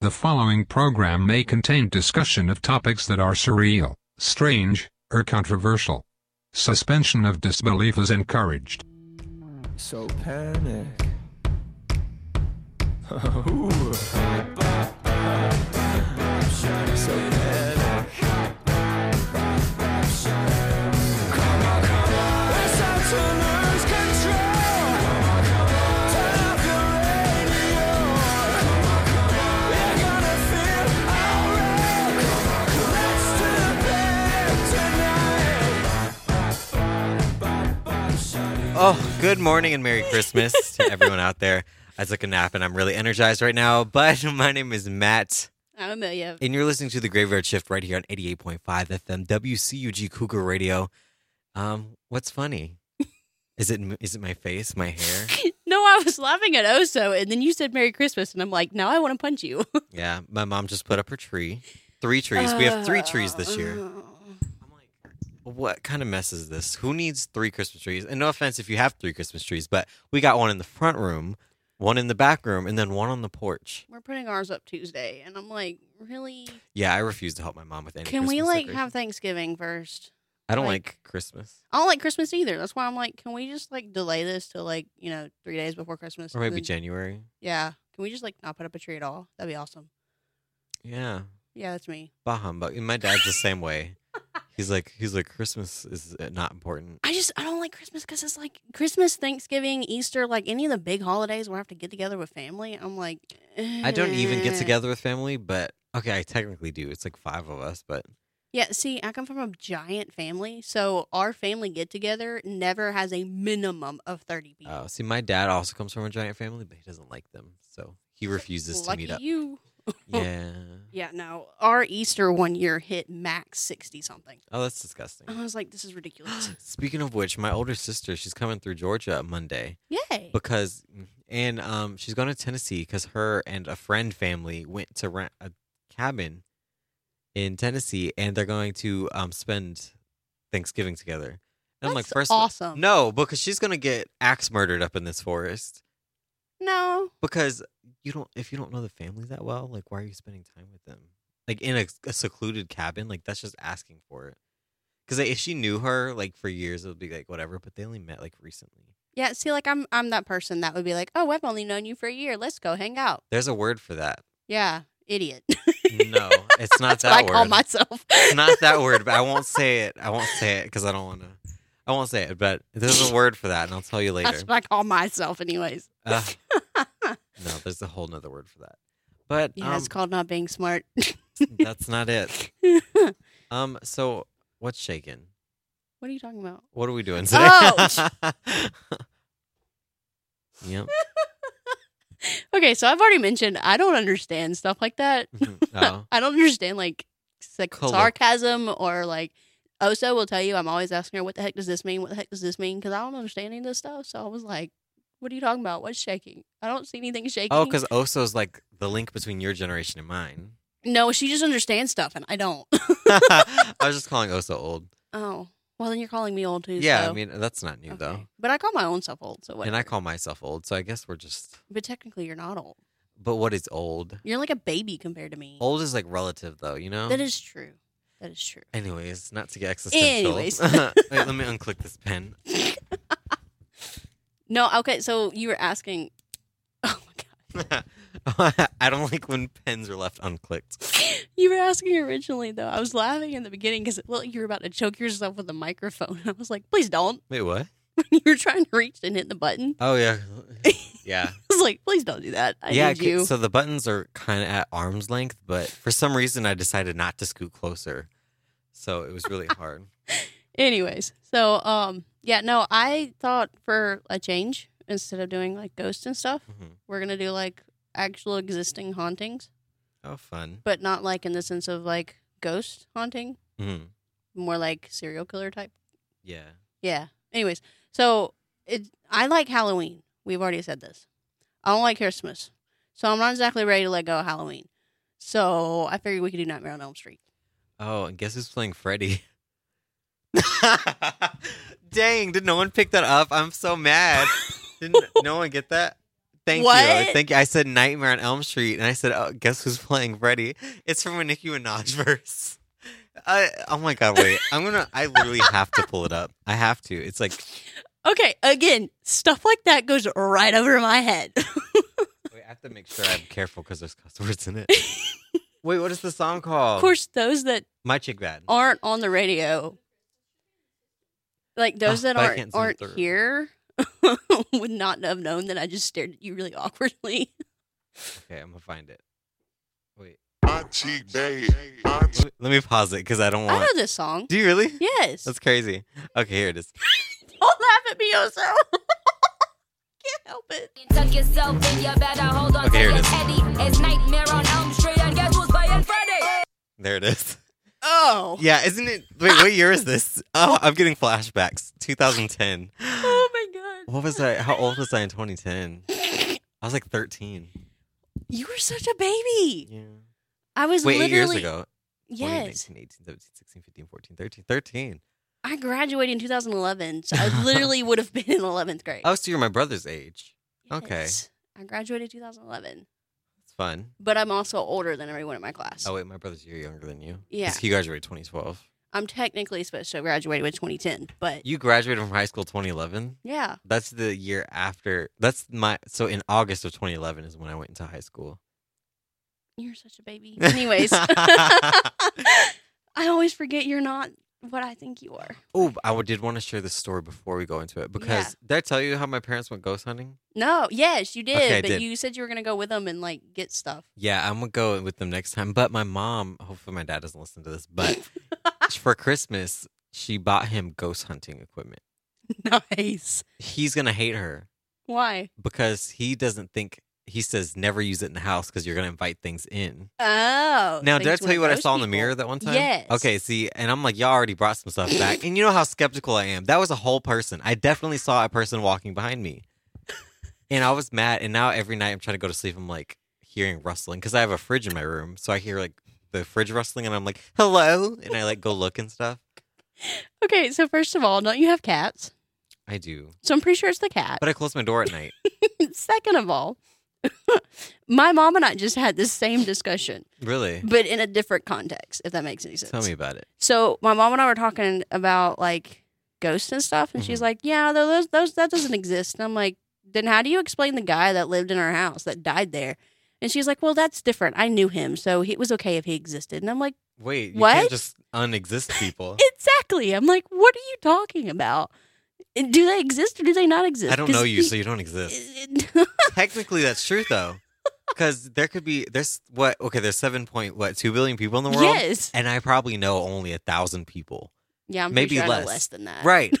The following program may contain discussion of topics that are surreal, strange, or controversial. Suspension of disbelief is encouraged. So panic. Ooh. So panic. Let's out to lose control. Turn off your radio. You're gonna feel alright. Let's do the band tonight. Oh, good morning and Merry Christmas to everyone out there. I took a nap and I'm really energized right now, but my name is Matt, I'm Amelia. and you're listening to The Graveyard Shift right here on 88.5 FM WCUG Cougar Radio. Um, what's funny? Is it is it my face, my hair? No, I was laughing at Oso, and then you said Merry Christmas, and I'm like, now I want to punch you. Yeah, my mom just put up her tree. Three trees. We have three trees this Uh. year. I'm like, what kind of mess is this? Who needs three Christmas trees? And no offense if you have three Christmas trees, but we got one in the front room, one in the back room, and then one on the porch. We're putting ours up Tuesday, and I'm like, really? Yeah, I refuse to help my mom with any. Can we Christmas like decorations. have Thanksgiving first? I don't like, like- Christmas, I don't like Christmas either. That's why I'm like, can we just like delay this till like you know three days before Christmas? or and maybe then- January. Yeah. Can we just like not put up a tree at all? That'd be awesome. Yeah, Yeah, that's me. bah humbug. And my dad's the same way. He's like, he's like, Christmas is uh, not important. I just I don't like Christmas because it's like Christmas, Thanksgiving, Easter, like any of the big holidays where I have to get together with family. I'm like, I don't even get eh. together with family, but okay, I technically do. It's like five of us, but Yeah, see, I come from a giant family, so our family get together never has a minimum of thirty people. uh, see, my dad also comes from a giant family, but he doesn't like them, so he refuses to Lucky meet up. you. Yeah. Yeah, no. Our Easter one year hit max sixty something. Oh, that's disgusting. I was like, this is ridiculous. Speaking of which, my older sister, she's coming through Georgia Monday. Yay. because and um she's gone to Tennessee because her and a friend family went to rent a cabin in Tennessee and they're going to um spend Thanksgiving together. And I'm like, That's first of all- awesome. No, because she's gonna get axe murdered up in this forest. No. Because you don't if you don't know the family that well, like why are you spending time with them? Like in a, a secluded cabin, like that's just asking for it. Because like, if she knew her like for years, it would be like whatever. But they only met like recently. Yeah, see, like I'm I'm that person that would be like, Oh, I've only known you for a year. Let's go hang out. There's a word for that. Yeah. Idiot. No, it's not that That's what I word. call myself. It's not that word, but I won't say it. I won't say it because I don't want to. I won't say it, but there's a word for that, and I'll tell you later. Uh, That's what I call myself anyways. Ugh. no, there's a whole nother word for that. But Yeah, it's um, called not being smart. that's not it. Um, so what's shaking? What are you talking about? What are we doing today? Oh. yep. Okay, so I've already mentioned I don't understand stuff like that. Mhm. Oh. I don't understand like sac- Colloq- sarcasm or like Oso will tell you I'm always asking her what the heck does this mean? What the heck does this mean? Because I don't understand any of this stuff. So I was like, what are you talking about? What's shaking? I don't see anything shaking. Oh, because Oso's like the link between your generation and mine. no, she just understands stuff and I don't. I was just calling Oso old. oh, well then you're calling me old too. Yeah, so- I mean that's not new Okay. though. But I call my own self old. So what? And I call myself old, so I guess we're just. but technically, you're not old. But what is old? You're like a baby compared to me. Old is like relative, though, you know. That is true. That is true. Anyways, not to get existential. Anyways. Wait, let me unclick this pen. No, okay. So you were asking. Oh my god. I don't like when pens are left unclicked. You were asking originally though. I was laughing in the beginning because it looked like you were about to choke yourself with a microphone. I was like, please don't. Wait, what? you were trying to reach and hit the button. Oh yeah, yeah, I was like, please don't do that. I yeah. uh, need c- you. So the buttons are kind of at arm's length, but for some reason I decided not to scoot closer, so it was really hard. Anyways, so um, yeah, no, I thought for a change instead of doing like ghosts and stuff, Mhm. we're gonna do like actual existing hauntings, Oh, fun. but not like in the sense of like ghost haunting, hmm more like serial killer type. Yeah. Yeah. Anyways, so it, I like Halloween. We've already said this. I don't like Christmas, so I'm not exactly ready to let go of Halloween. So I figured we could do Nightmare on Elm Street. Oh, and guess who's playing Freddy? Dang, did no one pick that up? I'm so mad. Didn't no one get that? Thank What? you. Thank you. I said Nightmare on Elm Street, and I said, oh, guess who's playing Freddy? It's from a Nicki Minaj verse. I, oh my god! Wait, I'm gonna. I literally have to pull it up. I have to. It's like Okay, again, stuff like that goes right over my head. wait, I have to make sure I'm careful because there's cuss words in it. Wait, what is the song called? of course, those that my chick bad. aren't on the radio, like those Ah, that but I aren't can't sing aren't through. here, would not have known that I just stared at you really awkwardly. Okay, I'm gonna find it. Wait, Auntie Bay. let Auntie me, let me pause it because I don't I want. know this song. Do you really? Yes. That's crazy. Okay, here it is. Don't laugh at me, Oso. Can't help it. Tuck yourself in, you better hold on Okay, to here it your is. teddy. It's Nightmare on Elm Street, and guess who's playing Freddy? There it is. Oh. Yeah, isn't it? Wait, what year is this? Oh, I'm getting flashbacks. 2010. Oh my god. What was I? How old was I in 2010? I was like 13. You were such a baby. Yeah. I was Wait, eight literally years ago. 20, Yes. 19, 18, 17, 16, 15, 14, 13. 13. I graduated in 2011, so I literally would have been in 11th grade. Oh, so you're my brother's age. okay. Yes. I graduated 2011, It's fun. but I'm also older than everyone in my class. Oh, wait, my brother's a year younger than you. 'Cause Yeah. He graduated 2012. I'm technically supposed to graduate with 2010, but You graduated from high school 2011? yeah. That's the year after. That's my. So in August of 2011 is when I went into high school. You're such a baby. Anyways, I always forget you're not what I think you are. Oh, I w- did want to share this story before we go into it because did I tell you how my parents went ghost hunting? No, yes, you did, Okay, I but did. you said you were going to go with them and like get stuff. Yeah, I'm gonna go with them next time. But my mom, hopefully my dad doesn't listen to this, but for Christmas she bought him ghost hunting equipment. nice. He's gonna hate her Why? because he doesn't think he says never use it in the house because you're gonna invite things in. Oh. Now, did I things tell you with what I those saw in the people. mirror that one time? Yes. Okay, see, and I'm like, y'all already brought some stuff back. and you know how skeptical I am. That was a whole person. I definitely saw a person walking behind me. And I was mad. And now every night I'm trying to go to sleep, I'm like hearing rustling because I have a fridge in my room. So I hear like the fridge rustling and I'm like, hello. And I like go look and stuff. Okay, so first of all, don't you have cats? I do. So I'm pretty sure it's the cat. But I close my door at night. Second of all, my mom and I just had the same discussion, Really? but in a different context, if that makes any sense. Tell me about it. So my mom and I were talking about like ghosts and stuff, and Mm-hmm. she's like, "Yeah, tho- those those that doesn't exist." And I'm like, "Then how do you explain the guy that lived in our house that died there?" And she's like, "Well, that's different. I knew him, so he- it was okay if he existed." And I'm like, Wait, you What? can't just unexist people. "Exactly." I'm like, "What are you talking about? Do they exist or do they not exist?" I don't 'Cause know you, he- so you don't exist. it- Technically, that's true though, because there could be there's what okay there's seven point what two billion people in the world, Yes. and I probably know only a thousand people, Yeah, I'm Maybe pretty sure I know less. less than that. right?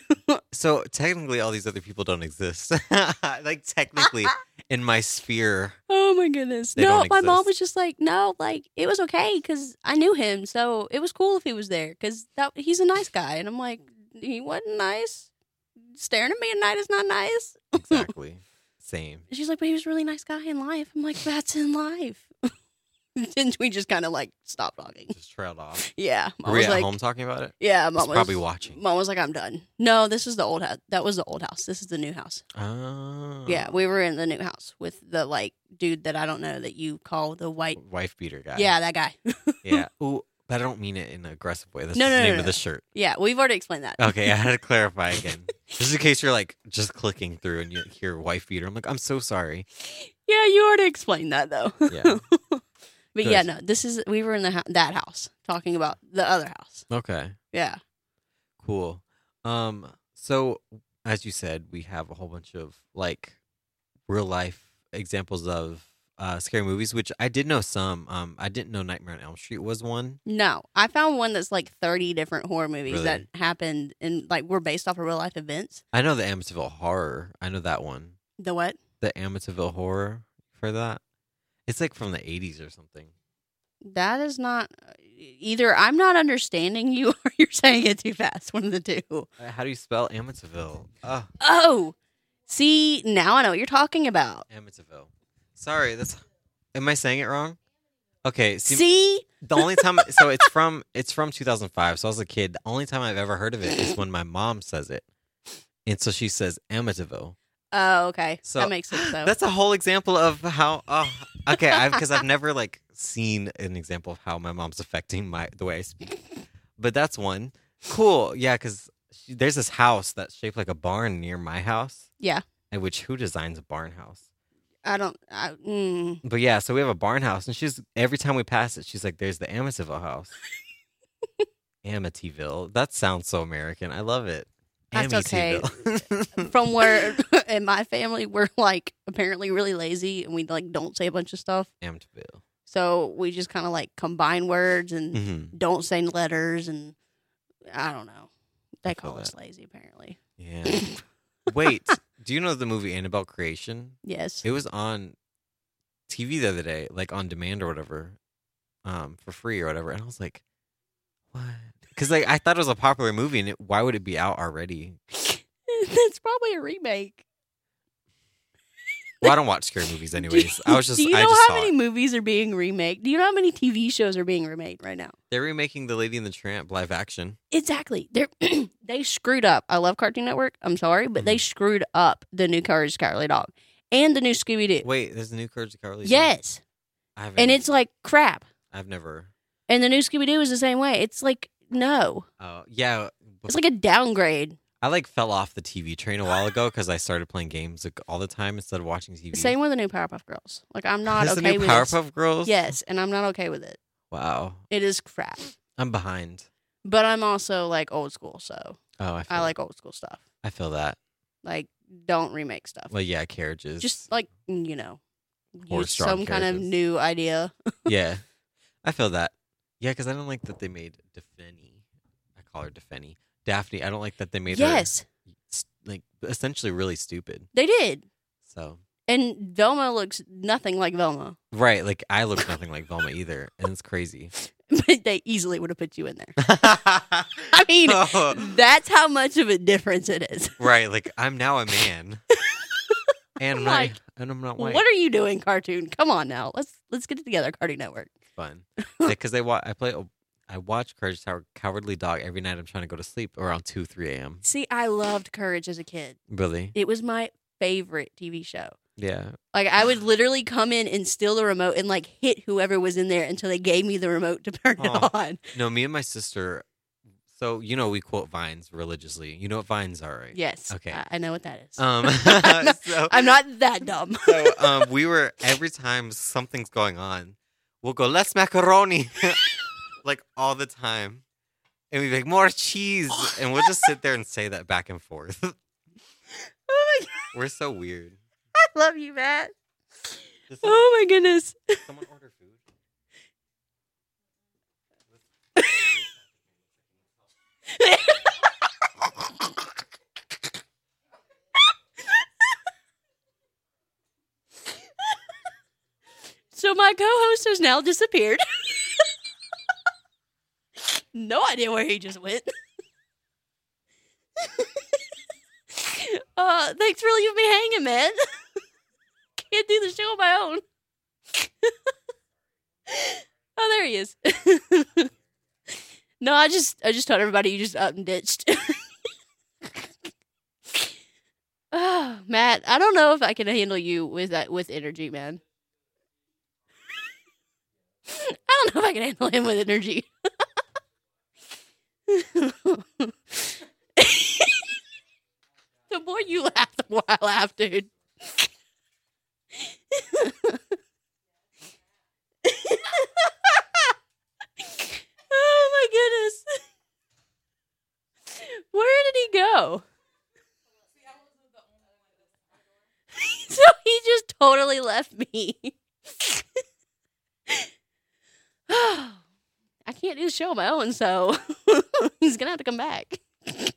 so technically, all these other people don't exist. like technically, in my sphere, Oh my goodness. They no, don't my mom exist. was just like, no, like it was okay because I knew him, so it was cool if he was there because that he's a nice guy, and I'm like, he wasn't nice. Staring at me at night is not nice. exactly same. And she's like, but he was a really nice guy in life. I'm like, that's in life. Didn't we just kind of like stop talking? Just trailed off. Yeah, mom Were we was at like, home talking about it? yeah, It's mom was probably watching. Mom was like, I'm done. No, this is the old house. That was the old house. This is the new house. Oh, Yeah, we were in the new house with the like dude that I don't know that you call the white. wife beater Oh, guy. Yeah, that guy. yeah. Ooh, but I don't mean it in an aggressive way. That's No, just no, the no, name no, of no. the shirt. Yeah, we've already explained that. Okay, I had to clarify again. just in case you're like just clicking through and you hear wife beater. I'm like, I'm so sorry. Yeah, you already explained that though. Yeah. But yeah, Good. no, this is we were in the hou- that house talking about the other house. Okay. Yeah, Cool. Um so as you said, we have a whole bunch of like real life examples of uh scary movies, which I did know some. Um I didn't know Nightmare on Elm Street was one. no, I found one that's like thirty different horror movies Really? that happened and like were based off of real life events. I know the Amityville horror. I know that one. The what? The Amityville horror for that. It's like from the eighties or something. That is not either. I'm not understanding you, or you're saying it too fast. One of the two. Uh, How do you spell Amityville? Uh Oh, see, now I know what you're talking about. Amityville. Sorry, that's. Am I saying it wrong? Okay. See, See, the only time, so it's from it's from 2005. So I was a kid. The only time I've ever heard of it is when my mom says it, and so she says Amityville. Oh, okay. So- that makes sense though. That's a whole example of how. Oh, okay, because I've never like seen an example of how my mom's affecting my the way I speak. But that's one. Cool. Yeah, because there's this house that's shaped like a barn near my house. Yeah. And which who designs a barn house? I don't. I, mm, But yeah, so we have a barn house, and she's every time we pass it, she's like, "There's the Amityville house." Amityville. That sounds so American. I love it. That's okay. Amityville. from where in my family we're like apparently really lazy and we like don't say a bunch of stuff, Amityville. so we just kind of like combine words and hmm don't say letters and I don't know. They I call feel us lazy apparently. Yeah. Wait, do you know the movie Annabelle Creation? Yes. It was on TV the other day, like on demand or whatever, um, for free or whatever. And I was like, what? Because like I thought it was a popular movie, and it, why would it be out already? That's probably a remake. Well, I don't watch scary movies anyways. Do- I was just, Do you I know just how saw many it. movies are being remade? Do you know how many TV shows are being remade right now? They're remaking The Lady and the Tramp live action. Exactly. They are they screwed up. I love Cartoon Network. I'm sorry, but they screwed up the new Courage the Cowardly Dog and the new Scooby Doo. Wait, there's a new Courage the Cowardly. Dog? Yes, I haven't, and it's like crap. I've never. And the new Scooby Doo is the same way. It's like no, Oh yeah, it's like a downgrade. I like fell off the TV train a while ago because I started playing games like, all the time instead of watching TV. Same with the new Powerpuff Girls. Like I'm not Is okay the new with Powerpuff It. Girls. Yes, and I'm not okay with it. Wow, It is crap. I'm behind. But I'm also like old school, so Oh, I, feel, I like old school stuff. I feel that. Like don't remake stuff. Well, yeah, carriages. Just like you know, Or use strong some kind of characters. new idea. yeah, I feel that. Yeah, because I don't like that they made Defenny. I call her Defenny. Daphne. I don't like that they made yes. her s- like essentially really stupid. They did. So And Velma looks nothing like Velma, right, like I look nothing like Velma either, and it's crazy. but they easily would have put you in there. I I mean, Oh. that's how much of a difference it is. right, like I'm now a man, and I'm not, Like, and I'm not white. What are you doing, cartoon? Come on now. Let's let's get it together, Cartoon Network. fun because they wa- I play oh, I watch Courage the Cow- Cowardly Dog every night. I'm trying to go to sleep around two three a.m. See, I loved Courage as a kid. Really? It was my favorite TV show. Yeah. Like I would literally come in and steal the remote and like hit whoever was in there until they gave me the remote to turn Aw. it on. No, me and my sister. So you know we quote vines religiously. You know what vines are, right? Yes. Okay. I, I know what that is. Um. I'm not- so, I'm not that dumb. so um, we were every time something's going on, we'll go let's macaroni, like all the time, and we like more cheese, and we'll just sit there and say that back and forth. oh my We're so weird. god, I love you, Matt. Does someone, Oh my goodness. someone order food? So my co-host has now disappeared. no idea where he just went. uh, thanks for leaving me hanging, man. Can't do the show on my own. oh, there he is. no, I just I just told everybody you just up and ditched. oh, Matt, I don't know if I can handle you with that with energy, man. I don't know if I can handle him with energy. the more you laugh, the more I laugh, dude. oh my goodness. Where did he go? so he just totally left me. I can't do the show on my own, so he's gonna have to come back. I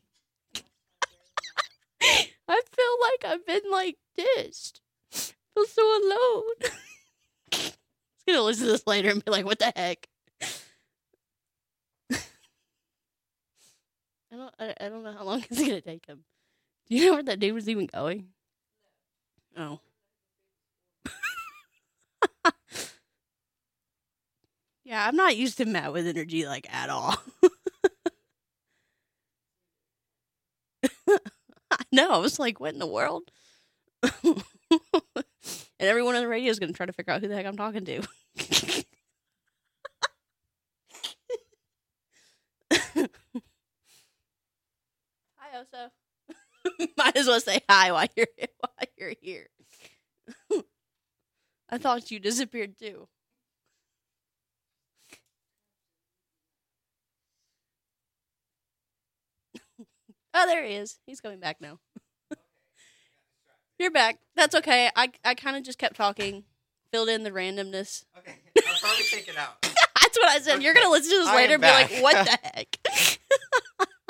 feel like I've been like ditched. I feel so alone. he's gonna listen to this later and be like, "What the heck?" I don't. I, I don't know how long it's gonna take him. Do you know where that dude was even going? Oh. Yeah, I'm not used to Matt with energy like at all. I know. I was like, what in the world? and everyone on the radio is going to try to figure out who the heck I'm talking to. hi, Oso. Might as well say hi while you're while you're here. I thought you disappeared too. Oh, there he is. He's coming back now. You're back. That's okay. I I kind of just kept talking, filled in the randomness. Okay, I'll probably take it out. That's what I said. You're gonna listen to this I am later and be like, back. "What the heck,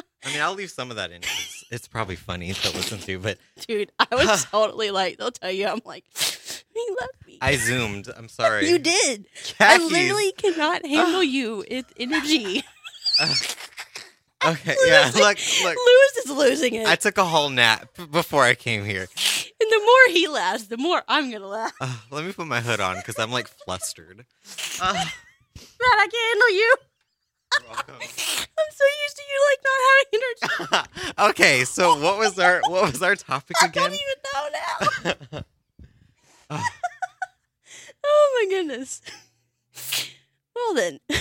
I mean, I'll leave some of that in. 'cause It's probably funny to listen to, but dude?" I was totally like, "They'll tell you." I'm like, "He left me." I zoomed. I'm sorry. You did. I Khakis. literally cannot handle you. It's energy. Okay, yeah. Look, look. Lewis is losing it. I took a whole nap before I came here. and the more he laughs, the more I'm gonna laugh. Uh, let me put my hood on because I'm like flustered. Uh, Brad, I can't handle you. you're welcome. I'm so used to you like not having energy. okay, so what was our what was our topic I don't again? even know now. Oh my goodness. Well then,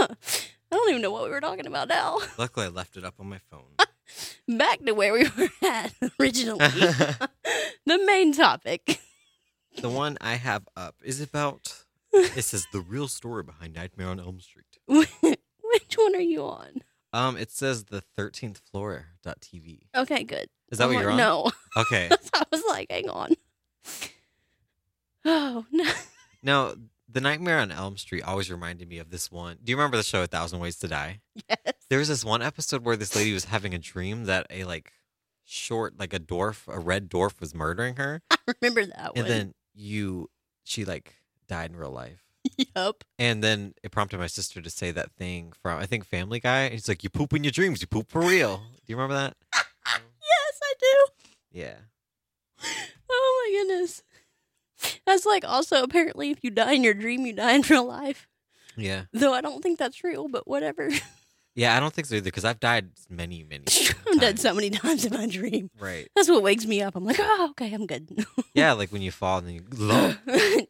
I don't even know what we were talking about now. Luckily, I left it up on my phone. Back to where we were at originally. the main topic. the one I have up is about. It says the real story behind Nightmare on Elm Street. Which one are you on? Um, it says the Thirteenth Floor TV. Okay, good. Is that I'm what like, you're on? No. Okay. I was like, hang on. Oh no. Now, the Nightmare on Elm Street always reminded me of this one. Do you remember the show A Thousand Ways to Die? Yes. There was this one episode where this lady was having a dream that a like short, like a dwarf, a red dwarf was murdering her, I remember that and one. then you, she like died in real life. yep. And then it prompted my sister to say that thing from I think Family Guy. He's like, "You poop in your dreams. You poop for real." Do you remember that? Yes, I do. Yeah. Oh my goodness. That's like also apparently if you die in your dream, you die in real life. Yeah. Though I don't think that's real, but whatever. Yeah. I don't think so either because I've died many, many. I'm dead times. so many times in my dream. Right. That's what wakes me up. I'm like, oh, okay, I'm good. Yeah. Like when you fall and then you. Love.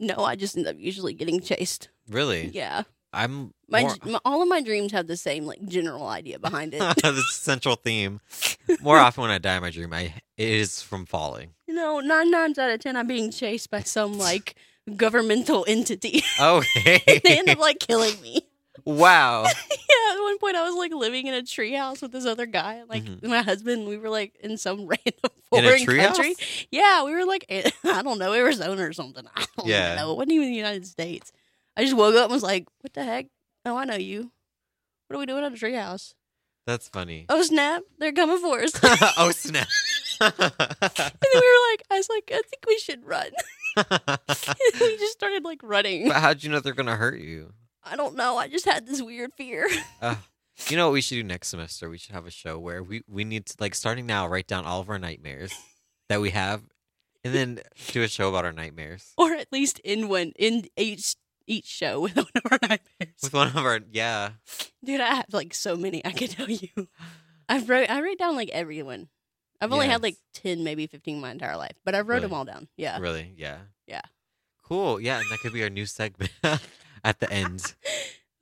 no, I just end up usually getting chased. Really? Yeah, I'm my, more- my all of my dreams have the same like general idea behind it. this is central theme. More often when I die in my dream, I it is from falling. you know, nine times out of ten, I'm being chased by some like governmental entity. Okay. they end up like killing me. Oh, wow. Yeah, at one point I was like living in a treehouse with this other guy, and, like Mhm. my husband. We were like in some random In a foreign treehouse? country. Yeah, we were like in- I don't know Arizona or something. I don't Yeah. know. It wasn't even the United States. I just woke up and was like, "What the heck? Oh, I know you. What are we doing at a treehouse? That's funny. Oh snap! They're coming for us." and oh snap. then we were like, "I was like, I think we should run." we just started like running. but how'd you know they're gonna hurt you? I don't know. I just had this weird fear. Uh, you know what we should do next semester? We should have a show where we, we need to like starting now write down all of our nightmares that we have and then do a show about our nightmares. or at least in one in each each show with one of our nightmares. With one of our yeah. Dude, I have like so many I could tell you. I wrote I wrote down like everyone. I've only had like Yes. ten, maybe fifteen my entire life, but I wrote Really? them all down. Yeah. Really? Yeah. Yeah. Cool. Yeah, and that could be our new segment at the end.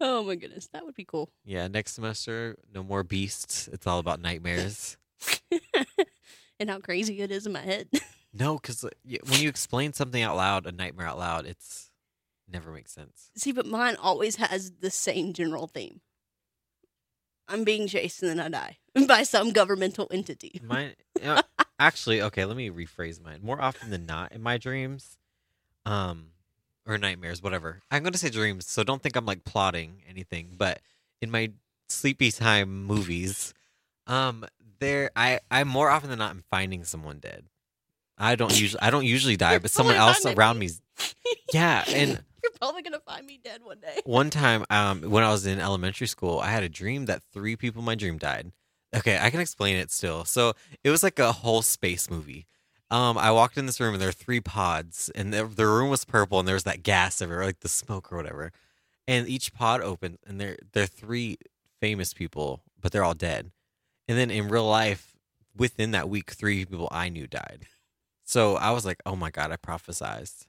Oh my goodness, that would be cool. Yeah, next semester, no more beasts. It's all about nightmares. and how crazy it is in my head. no, because when you explain something out loud, a nightmare out loud, it's never makes sense. See, but mine always has the same general theme. I'm being chased and then I die by some governmental entity. Mine, uh, actually, okay, let me rephrase mine. More often than not, in my dreams, um, or nightmares, whatever. I'm gonna say dreams, so don't think I'm like plotting anything. But in my sleepy time movies, um, there, I, I more often than not, I'm finding someone dead. I don't usually, I don't usually die, but someone Someone else finding around me. me's Yeah, and You're probably gonna find me dead one day. one time um, when I was in elementary school, I had a dream that three people in my dream died. Okay, I can explain it still. So it was like a whole space movie. Um, I walked in this room and there were three pods, and the, the room was purple, and there was that gas everywhere, like the smoke or whatever. And each pod opened, and there there are three famous people, but they're all dead. And then in real life, within that week, three people I knew died. So I was like, oh my God, I prophesized.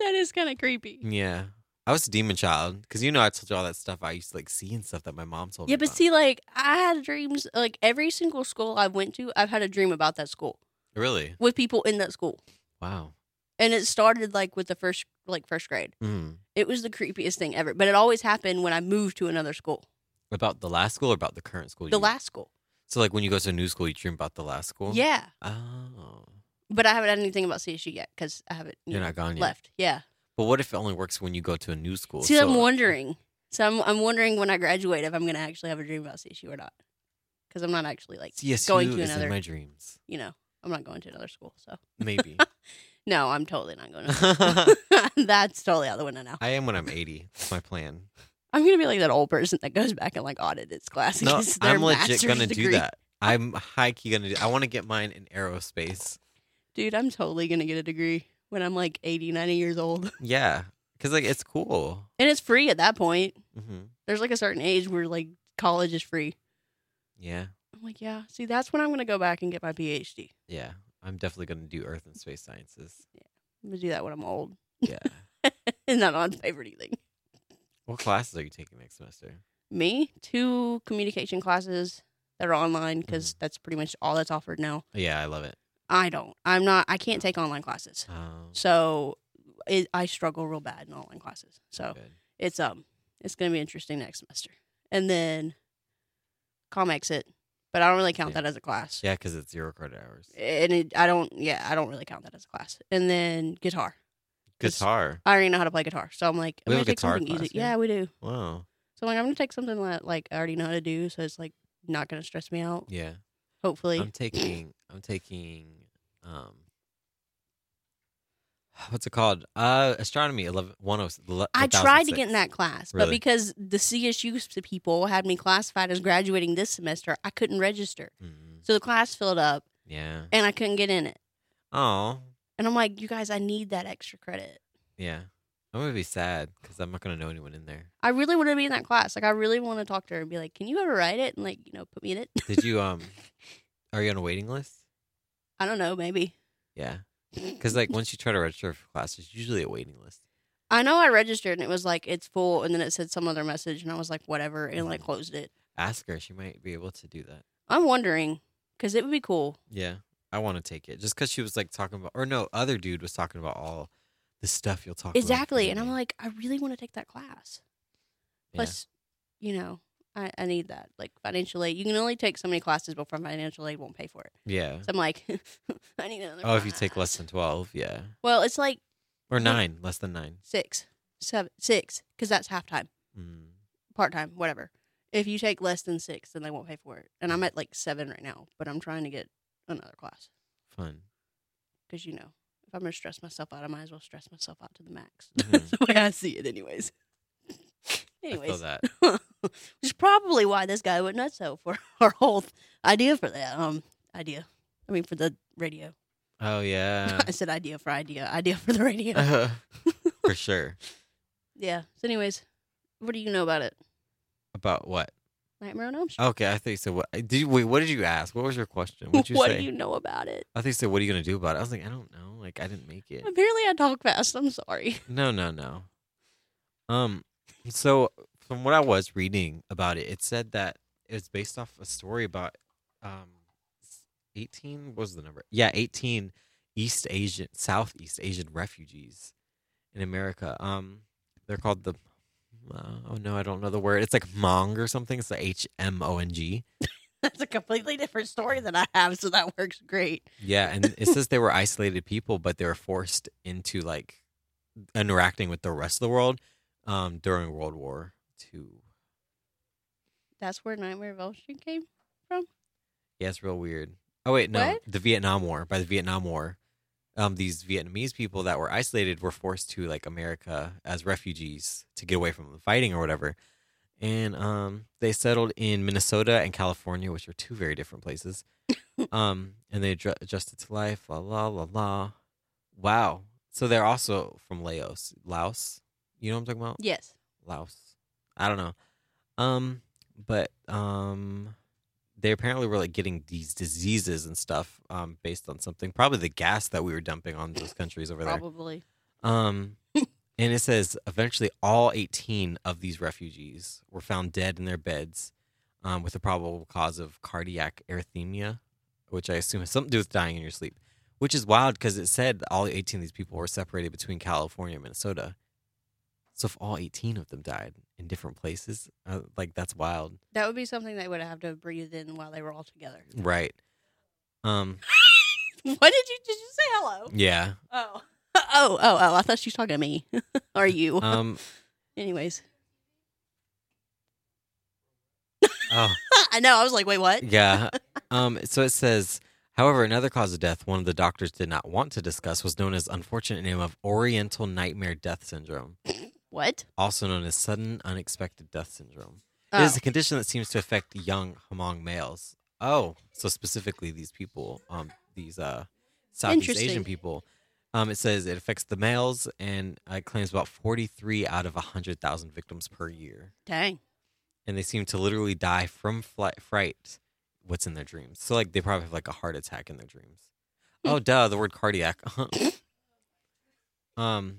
That is kind of creepy. Yeah. I was a demon child because you know I told you all that stuff I used to like see and stuff that my mom told me. Yeah, but about. see, like I had dreams. Like every single school I went to, I've had a dream about that school really, with people in that school, wow, and it started like with the first, like first grade. mm. It was the creepiest thing ever. But it always happened when I moved to another school, about the last school or about the current school? the you- last school. So like when you go to a new school, you dream about the last school. Yeah, Oh, but I haven't had anything about CSU yet because I haven't you you're know, not gone yet. left. Yeah. But what if it only works when you go to a new school? See, I'm So- wondering. So I'm I'm wondering when I graduate if I'm going to actually have a dream about CSU or not, because I'm not actually like CSU going to is in another. my dreams. you know, I'm not going to another school. So Maybe no, I'm totally not going. To another school. That's totally out the window now. I am when I'm 80. That's my plan. I'm going to be like that old person that goes back and like audits its class. No, against their I'm legit master's gonna do degree. that. I'm high key gonna do. I want to get mine in aerospace. dude. I'm totally going to get a degree when I'm like 80, 90 years old, Yeah, because like it's cool. and it's free at that point. hmm There's like a certain age where like college is free. Yeah, I'm like, yeah. See, that's when I'm going to go back and get my PhD. yeah. I'm definitely gonna do Earth and space sciences. I'm going to do that when I'm old. Yeah. and not on favorite anything. what classes are you taking next semester? Me, two communication classes that are online because that's pretty much all that's offered now. Yeah, I love it. I don't. I'm not. I can't take online classes, Um, so it, I struggle real bad in online classes. So good. it's um, it's gonna be interesting next semester, and then com exit, but I don't really count Yeah. that as a class. Yeah, because it's zero credit hours. And it, I don't. Yeah, I don't really count that as a class. And then guitar. it's- Guitar. I already know how to play guitar, so I'm like, We I'm gonna have a take guitar something class, easy. yeah. yeah, we do. Wow. So like I'm gonna take something that like I already know how to do, so it's like not gonna stress me out. Yeah. Hopefully, I'm taking. I'm taking. Um. What's it called? Uh, astronomy. oh 11, 1006. I tried to get in that class, but Really? because the CSU s- people had me classified as graduating this semester, I couldn't register. Mhm. So the class filled up, Yeah. and I couldn't get in it. Oh. And I'm like, you guys, I need that extra credit. Yeah. I'm gonna be sad because I'm not gonna know anyone in there. I really want to be in that class. Like, I really want to talk to her and be like, can you ever write it and like, you know, put me in it? Did you um? Are you on a waiting list? I don't know, maybe. Yeah. Because like once you try to register for class, there's usually a waiting list. I know I registered and it was like it's full, and then it said some other message, and I was like, whatever, and Mm-hmm. like closed it. Ask her. She might be able to do that. I'm wondering because it would be cool. Yeah, I want to take it just because she was like talking about, or no, other dude was talking about all the stuff you'll talk about. for Exactly. the And I'm day. like, I really want to take that class. Yeah. Plus, you know, I, I need that. Like financial aid. You can only take so many classes before financial aid won't pay for it. yeah. So I'm like, I need another Oh, if you take less class. than twelve, yeah, Well, it's like or Yeah. nine, less than nine. six, seven, six, because that's half time, Mm. part time, whatever. If you take less than six, then they won't pay for it. And I'm at like seven right now, but I'm trying to get another class Fun. because, you know, if I'm going to stress myself out, I might as well stress myself out to the max. Mhm. the way I see it, anyways. Anyways. I feel that. which is probably why this guy went nuts so for our whole th- idea for that um idea. I mean, for the radio. Oh yeah, I said idea for idea, idea for the radio. Uh, for sure. yeah. So, anyways, what do you know about it? About what? Nightmare on Elm Street. Okay, I think so. What did you wait? What did you ask? What was your question? What did you what say? do you know about it? I think so. What are you gonna do about it? I was like, I don't know. Like, I didn't make it. Apparently, I talk fast. I'm sorry. No, no, no. Um, so from what I was reading about it, it said that it was based off a story about um, eighteen. What was the number? Yeah, eighteen East Asian, Southeast Asian refugees in America. Um, they're called the. Uh, oh no, I don't know the word. It's like Mong or something. It's the H M O N G. That's a completely different story than I have, so that works great. Yeah, and it says they were isolated people, but they were forced into like interacting with the rest of the world um, during World War Two. That's where Nightmare of Elm Street came. Yeah, it's real weird. Oh wait, no, What? the Vietnam War. By the Vietnam War, um, these Vietnamese people that were isolated were forced to like America as refugees to get away from the fighting or whatever, and um, they settled in Minnesota and California, which are two very different places. um, and they adju- adjusted to life. La la la la. Wow. So they're also from Laos, Laos. You know what I'm talking about? Yes. Laos. I don't know. Um, but um, they apparently were like getting these diseases and stuff um, based on something, probably the gas that we were dumping on those countries over there. Probably. Um, and it says eventually all 18 of these refugees were found dead in their beds um, with a probable cause of cardiac arrhythmia, which I assume has something to do with dying in your sleep, which is wild because it said all 18 of these people were separated between California and Minnesota. So if all 18 of them died in different places, uh, like that's wild. That would be something they would have to breathe in while they were all together. Right. Um, What did you did you say hello? yeah. Oh. Oh, oh, oh. I thought she was talking to me. Are you? Um, Anyways. oh. I know. I was like, wait, what? Yeah. Um, so it says, however, another cause of death one of the doctors did not want to discuss was known as unfortunate name of Oriental Nightmare Death Syndrome, What? also known as sudden unexpected death syndrome. It Oh. is a condition that seems to affect young Hmong males. Oh, so specifically these people, um, these uh, Southeast Asian Interesting. people. Um, it says it affects the males and uh, claims about 43 out of 100,000 victims per year Dang. and they seem to literally die from flight, fright what's in their dreams so like they probably have like a heart attack in their dreams Hmm. oh duh the word cardiac um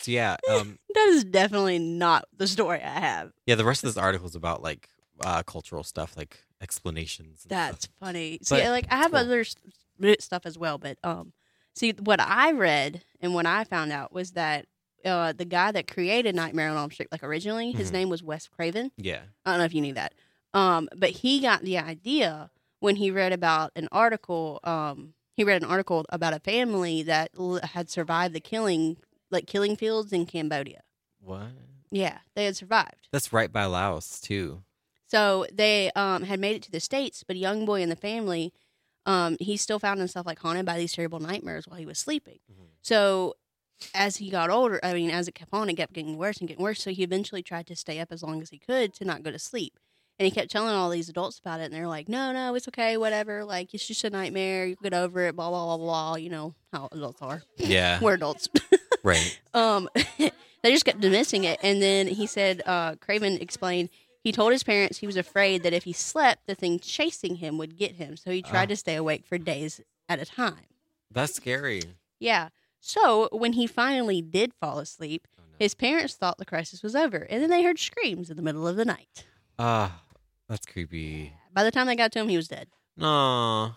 so yeah um That is definitely not the story I have. yeah the rest of this article is about like uh cultural stuff like explanations and stuff. That's funny. See, But like I have cool. other s- s- stuff as well, but um, see what I read and what I found out was that uh, the guy that created Nightmare on Elm Street, like originally, his Mhm. name was Wes Craven. yeah I don't know if you knew that, um, but he got the idea when he read about an article. Um, he read an article about a family that l- had survived the killing, like killing fields in Cambodia. what Yeah, they had survived. that's right by laos too So they um, had made it to the states, but a young boy in the family, um, he still found himself like haunted by these terrible nightmares while he was sleeping. Mhm. So as he got older, I mean, as it kept on, it kept getting worse and getting worse. So he eventually tried to stay up as long as he could to not go to sleep. And he kept telling all these adults about it, and they're like, "No, no, it's okay, whatever. Like it's just a nightmare. You get over it. Blah blah blah blah. You know how adults are. yeah We're adults." right Um, they just kept dismissing it, and then he said, uh, Craven explained he told his parents he was afraid that if he slept, the thing chasing him would get him, so he tried Ah. to stay awake for days at a time. that's scary Yeah. So when he finally did fall asleep, oh, no. his parents thought the crisis was over, and then they heard screams in the middle of the night. uh that's creepy By the time they got to him, he was dead. no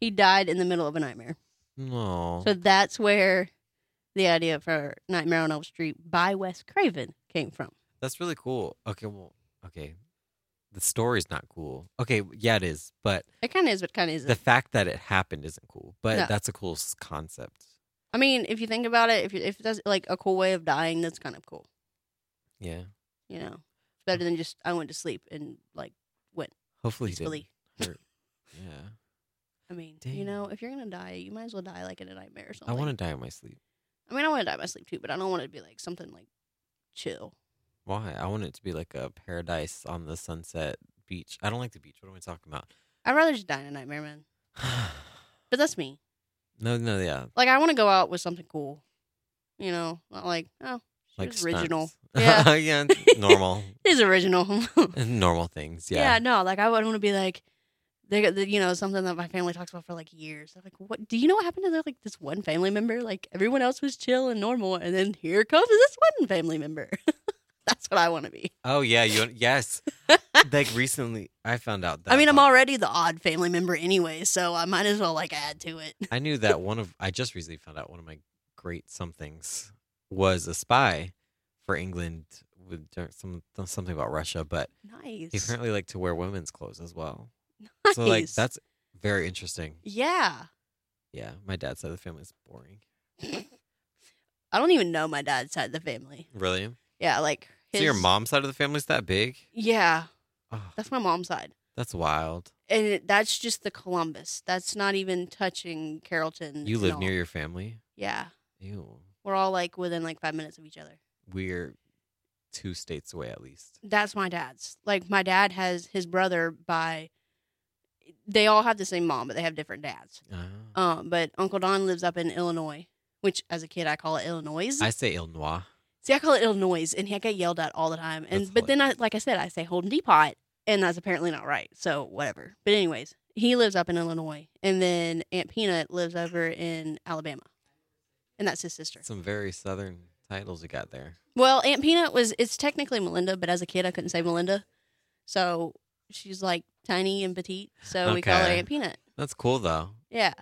He died in the middle of a nightmare. no So that's where the idea for Nightmare on Elm Street by Wes Craven came from. That's really cool. Okay, well, okay. The story's not cool. Okay, yeah, it is, but It kind of is, but kind of isn't. the fact that it happened isn't cool. But No. that's a cool s- concept. I mean, if you think about it, if you, if that's like a cool way of dying, that's kind of cool. Yeah. You know, it's better than just I went to sleep and like went. Hopefully, it Peacefully. didn't hurt. Yeah. I mean, Dang. you know, if you're gonna die, you might as well die like in a nightmare or I something. want to die in my sleep. I mean, I want to die in my sleep too, but I don't want it to be like something like chill. Why? I want it to be like a paradise on the sunset beach. I don't like the beach. What am I talking about? I'd rather just die in a nightmare, man. But that's me. no, no, yeah. Like I want to go out with something cool. You know, not like oh, she's Like original. stunts. Yeah, yeah. Normal. it is original. normal things. Yeah. Yeah. no, like I would want to be like, they, got the you know, something that my family talks about for like years. They're like, what? Do you know what happened to the, like this one family member? Like everyone else was chill and normal, and then here comes this one family member. That's what I want to be. Oh, yeah. You. Yes. like recently, I found out that. I mean, I'm about- already the odd family member anyway, so I might as well like add to it. I knew that one of I just recently found out one of my great somethings was a spy for England with dur- some something about Russia, but Nice. he apparently liked to wear women's clothes as well. nice. So like that's very interesting. yeah. Yeah, my dad's side of the family is boring. I don't even know my dad's side of the family. Really? Yeah, like his, So your mom's side of the family's that big? Yeah, Oh, that's my mom's side. that's wild. and it- that's just the Columbus. That's not even touching Carrollton. You and live all. near your family? Yeah, Ew. we're all like within like five minutes of each other. We're two states away at least. That's my dad's. Like my dad has his brother by. They all have the same mom, but they have different dads. Ah. Um, but Uncle Don lives up in Illinois, which as a kid I call it Illinois. I say Illinois. See, I call it Illinois, and I get yelled at all the time. And That's but then I, like I said, I say Holden Depot, and that's apparently not right. So whatever. But anyways, he lives up in Illinois, and then Aunt Peanut lives over in Alabama, and that's his sister. Some very southern titles we got there. Well, Aunt Peanut was it's technically Melinda, but as a kid I couldn't say Melinda. So she's like tiny and petite, so we call her Okay. Aunt Peanut. That's cool though. Yeah.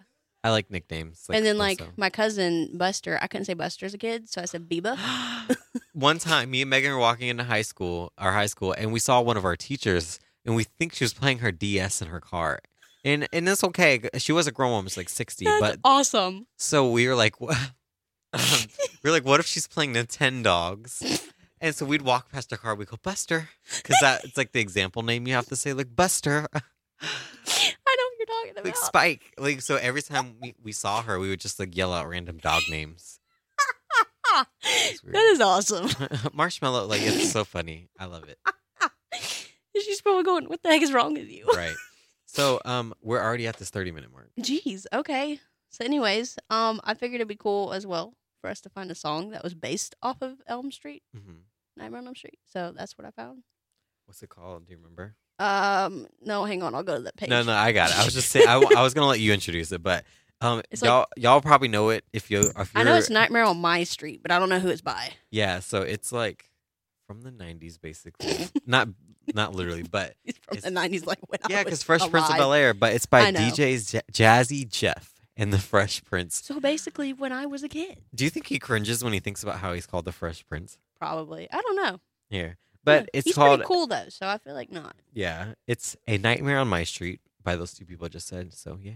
I like nicknames. and then like also. my cousin Buster, I couldn't say Buster as a kid, so I said Biba. one time, me and Megan were walking into high school, our high school, and we saw one of our teachers, and we think she was playing her DS in her car. And and that's okay. g- She was a grown woman, she's like sixty. That's but awesome. so we were like, what? we were like, what if she's playing Nintendogs? And so we'd walk past her car. We go Buster, because that it's like the example name you have to say, like Buster, I know what you're talking about. like Spike. Like so, every time we, we saw her, we would just like yell out random dog names. Ah, weird. that is awesome. Marshmallow, like it's so funny. I love it. She's probably going, What the heck is wrong with you? right. So um, we're already at this thirty minute mark. Jeez, okay. So anyways, um I figured it'd be cool as well for us to find a song that was based off of Elm Street, hmm Nightmare on Elm Street. So that's what I found. What's it called? Do you remember? Um, no, hang on. I'll go to that page. No, no, I got it. I was just saying. I, w- I was gonna let you introduce it, but um, It's like- y'all y'all probably know it if you. If I know you're- it's Nightmare on My Street, but I don't know who it's by. Yeah, so it's like from the nineties, basically. not not literally, but It's from the It's- nineties, like when yeah, I was because Fresh Prince of alive. Bel Air, but it's I by know. DJs J- Jazzy Jeff and the Fresh Prince. So basically, when I was a kid, Do you think he cringes when he thinks about how he's called the Fresh Prince? probably. I don't know, Here, but Yeah. it's He's called pretty cool though, so I feel like not. Yeah, it's a nightmare on my street by those two people I just said. So yeah.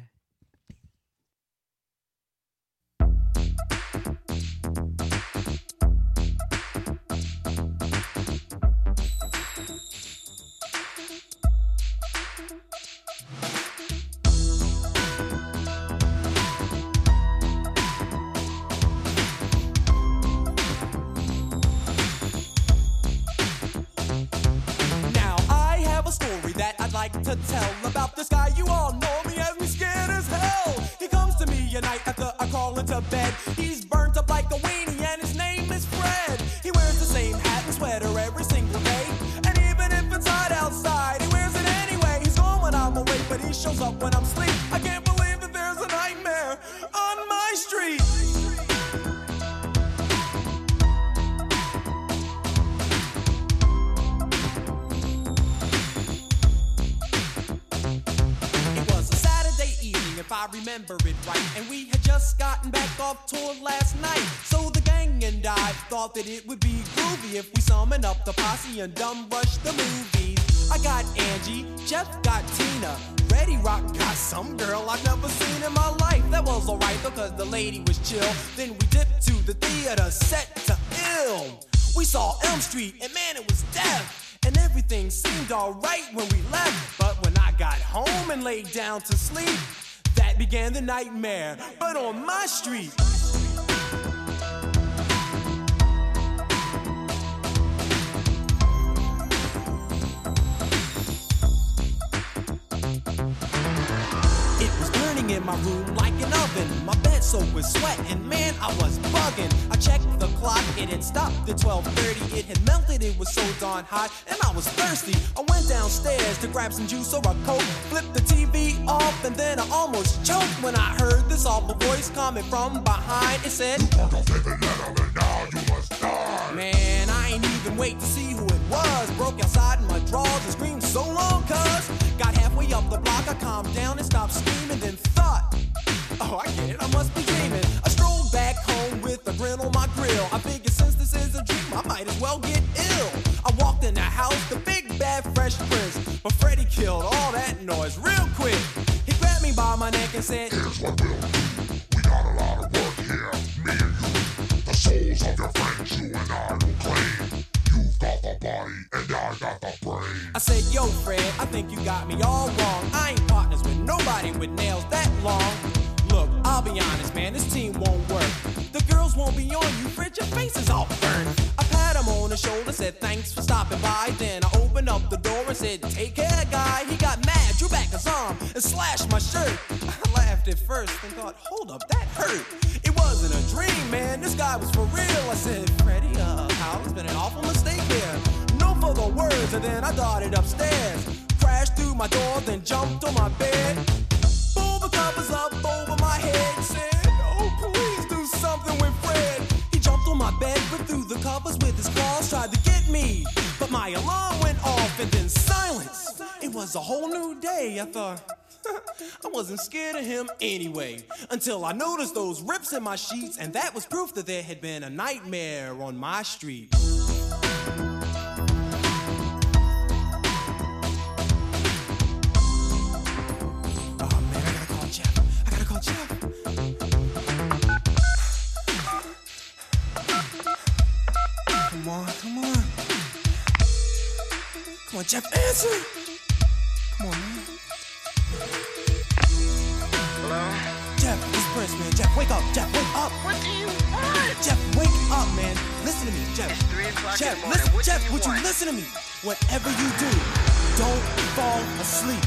Now I have a story that I'd like to tell about this guy. You all know me as me scared as hell. He comes to me at night after I call into bed. He's burnt up like a weenie and his name is Fred. He wears the same hat and sweater every single day. And even if it's hot outside, he wears it anyway. He's gone when I'm awake, but he shows up when I'm asleep. I can't believe that there's a nightmare on my street. It was a Saturday evening, if I remember it right. And we had just gotten back off tour last night. So the gang and I thought that it would be groovy if we summon up the posse and dumb rush the movies. I got Angie, Jeff got Tina. Ready Rock got some girl I've never seen in my life. That was alright though, cause the lady was chill. Then we dipped to the theater, set to ill. We saw Elm Street, and man, it was death. And everything seemed alright when we left. But when I got home and laid down to sleep, that began the nightmare. But on my street, It was burning in my room like an oven. My bed soaked with sweat, and man, I was bugging. I checked the clock, it had stopped at 12:30. It had melted, it was so darn hot, and I was thirsty. I went downstairs to grab some juice or a coke, flipped the TV off, and then I almost choked when I heard this awful voice coming from behind. It said. Man, I ain't even wait to see who it was. Broke outside in my drawers and screamed so long, cuz. Got halfway up the block, I calmed down and stopped screaming, then thought, oh, I get it, I must be dreaming. I strolled back home with a grin on my grill. I figured since this is a dream, I might as well get ill. I walked in the house, the big bad fresh prince. But Freddy killed all that noise real quick. He grabbed me by my neck and said, Here's what we'll do. We got a lot of work here, me and you. The souls of your friends, you and I will claim. You've got the body, and I got the brain. I said, yo, Fred, I think you got me all wrong. I ain't partners with nobody with nails that long. Look, I'll be honest, man, this team won't work. The girls won't be on you, Fred, your face is all burned. I pat him on the shoulder, said, thanks for stopping by. Then I opened up the door and said, take care, guy. He got mad, drew back his arm, and slashed my shirt. I laughed at first and thought, hold up, that hurt. It wasn't a dream, man, this guy was for real. I said, Freddy, uh, how it's been an awful mistake here. No further words, and then I darted upstairs. through my door, then jumped on my bed. Pulled the covers up over my head, said, Oh, please do something with Fred. He jumped on my bed, ripped through the covers with his claws, tried to get me. But my alarm went off, and then silence. It was a whole new day, I thought. I wasn't scared of him anyway, until I noticed those rips in my sheets, and that was proof that there had been a nightmare on my street. Oh man, I gotta call Jeff. I gotta call Jeff. Come on, come on. Come on, Jeff, answer. Come on, man. Jeff, it's Prince, man. Jeff, wake up. Jeff, wake up. What do you want? Jeff, wake up, man. Listen to me, Jeff. It's three o'clock in Jeff, the morning. listen, What do Jeff, you would you want? listen to me? Whatever you do, don't fall asleep.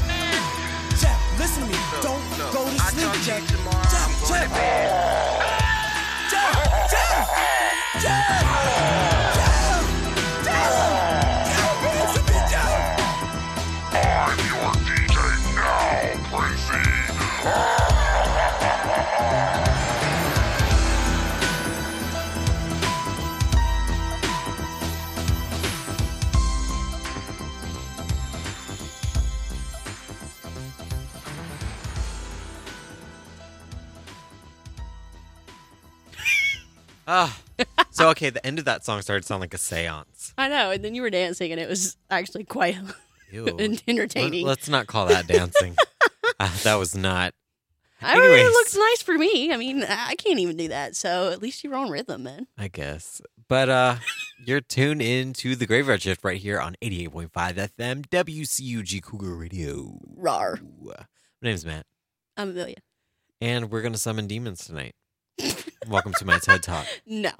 Jeff, listen to me. don't look, go to I'll sleep, talk to Jeff. you tomorrow. Jeff, I'm going Jeff. Jeff, Jeff, Jeff, Jeff, Jeff, Jeff, answer me, Jeff. I'm your DJ now, Princey. Ah. so okay, the end of that song started to sound like a séance. I know. And then you were dancing, and it was actually quite Ew. entertaining. Let, us not call that dancing. Uh, that was not. I don't know, it anyways. looks nice for me. I mean, I can't even do that. So at least you're on rhythm, man. I guess. But uh you're tuned in to the graveyard shift right here on 88.5 FM WCUG Cougar Radio. Rar. My name's Matt, I'm Amelia. and we're gonna summon demons tonight. Welcome to my TED Talk. No.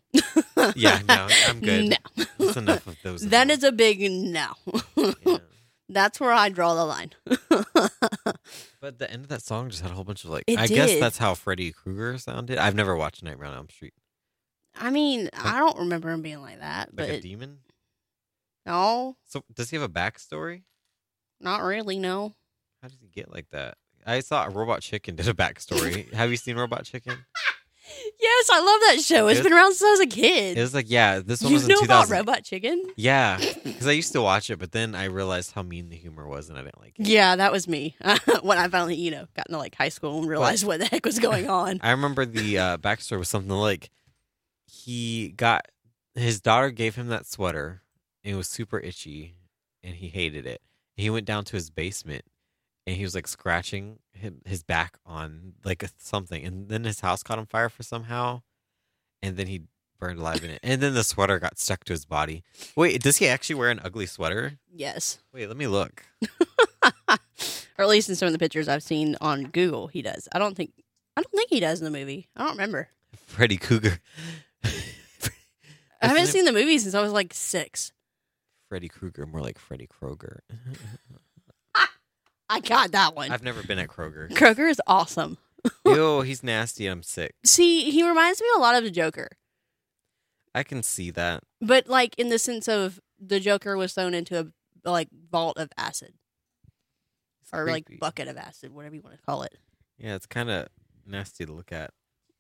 Yeah, no, I'm good. No. That's enough of those. That is a big no. Yeah. That's where I draw the line. But the end of that song just had a whole bunch of like. It I guess did. that's how Freddy Krueger sounded. I've never watched Nightmare on Elm Street. I mean, I don't remember him being like that, Like but a demon. no, So does he have a backstory? not really. No, How does he get like that? I saw Robot Chicken did a backstory. have you seen Robot Chicken? yes, I love that show. It's It- been around since I was a It kid. was like yeah, this one you was know in about 2000. Robot Chicken? Yeah, because I used to watch it, but then I realized how mean the humor was, and I didn't like it. Yeah, that was me when I finally, you know, got into like high school and realized what the heck was going on. I remember the uh, backstory was something like he got his daughter gave him that sweater and it was super itchy and he hated it. He went down to his basement and he was like scratching him, his back on like a, something and then his house caught on fire for somehow and then he burned alive in it and then the sweater got stuck to his body. Wait, does he actually wear an ugly sweater? Yes, Wait, let me look. or at least in some of the pictures I've seen on Google, he does. I don't think, I don't think he does in the movie. I don't remember. Freddy Cougar. I haven't Isn't it- seen the movie since I was like six. Freddy Krueger, more like Freddy Kroger. I got that one. I've never been at Kroger. Kroger is awesome. Yo, he's nasty. I'm sick. See, he reminds me a lot of the Joker. I can see that. but like in the sense of the Joker was thrown into a like vault of acid It's or creepy. like bucket of acid, whatever you want to call it. Yeah, it's kind of nasty to look at.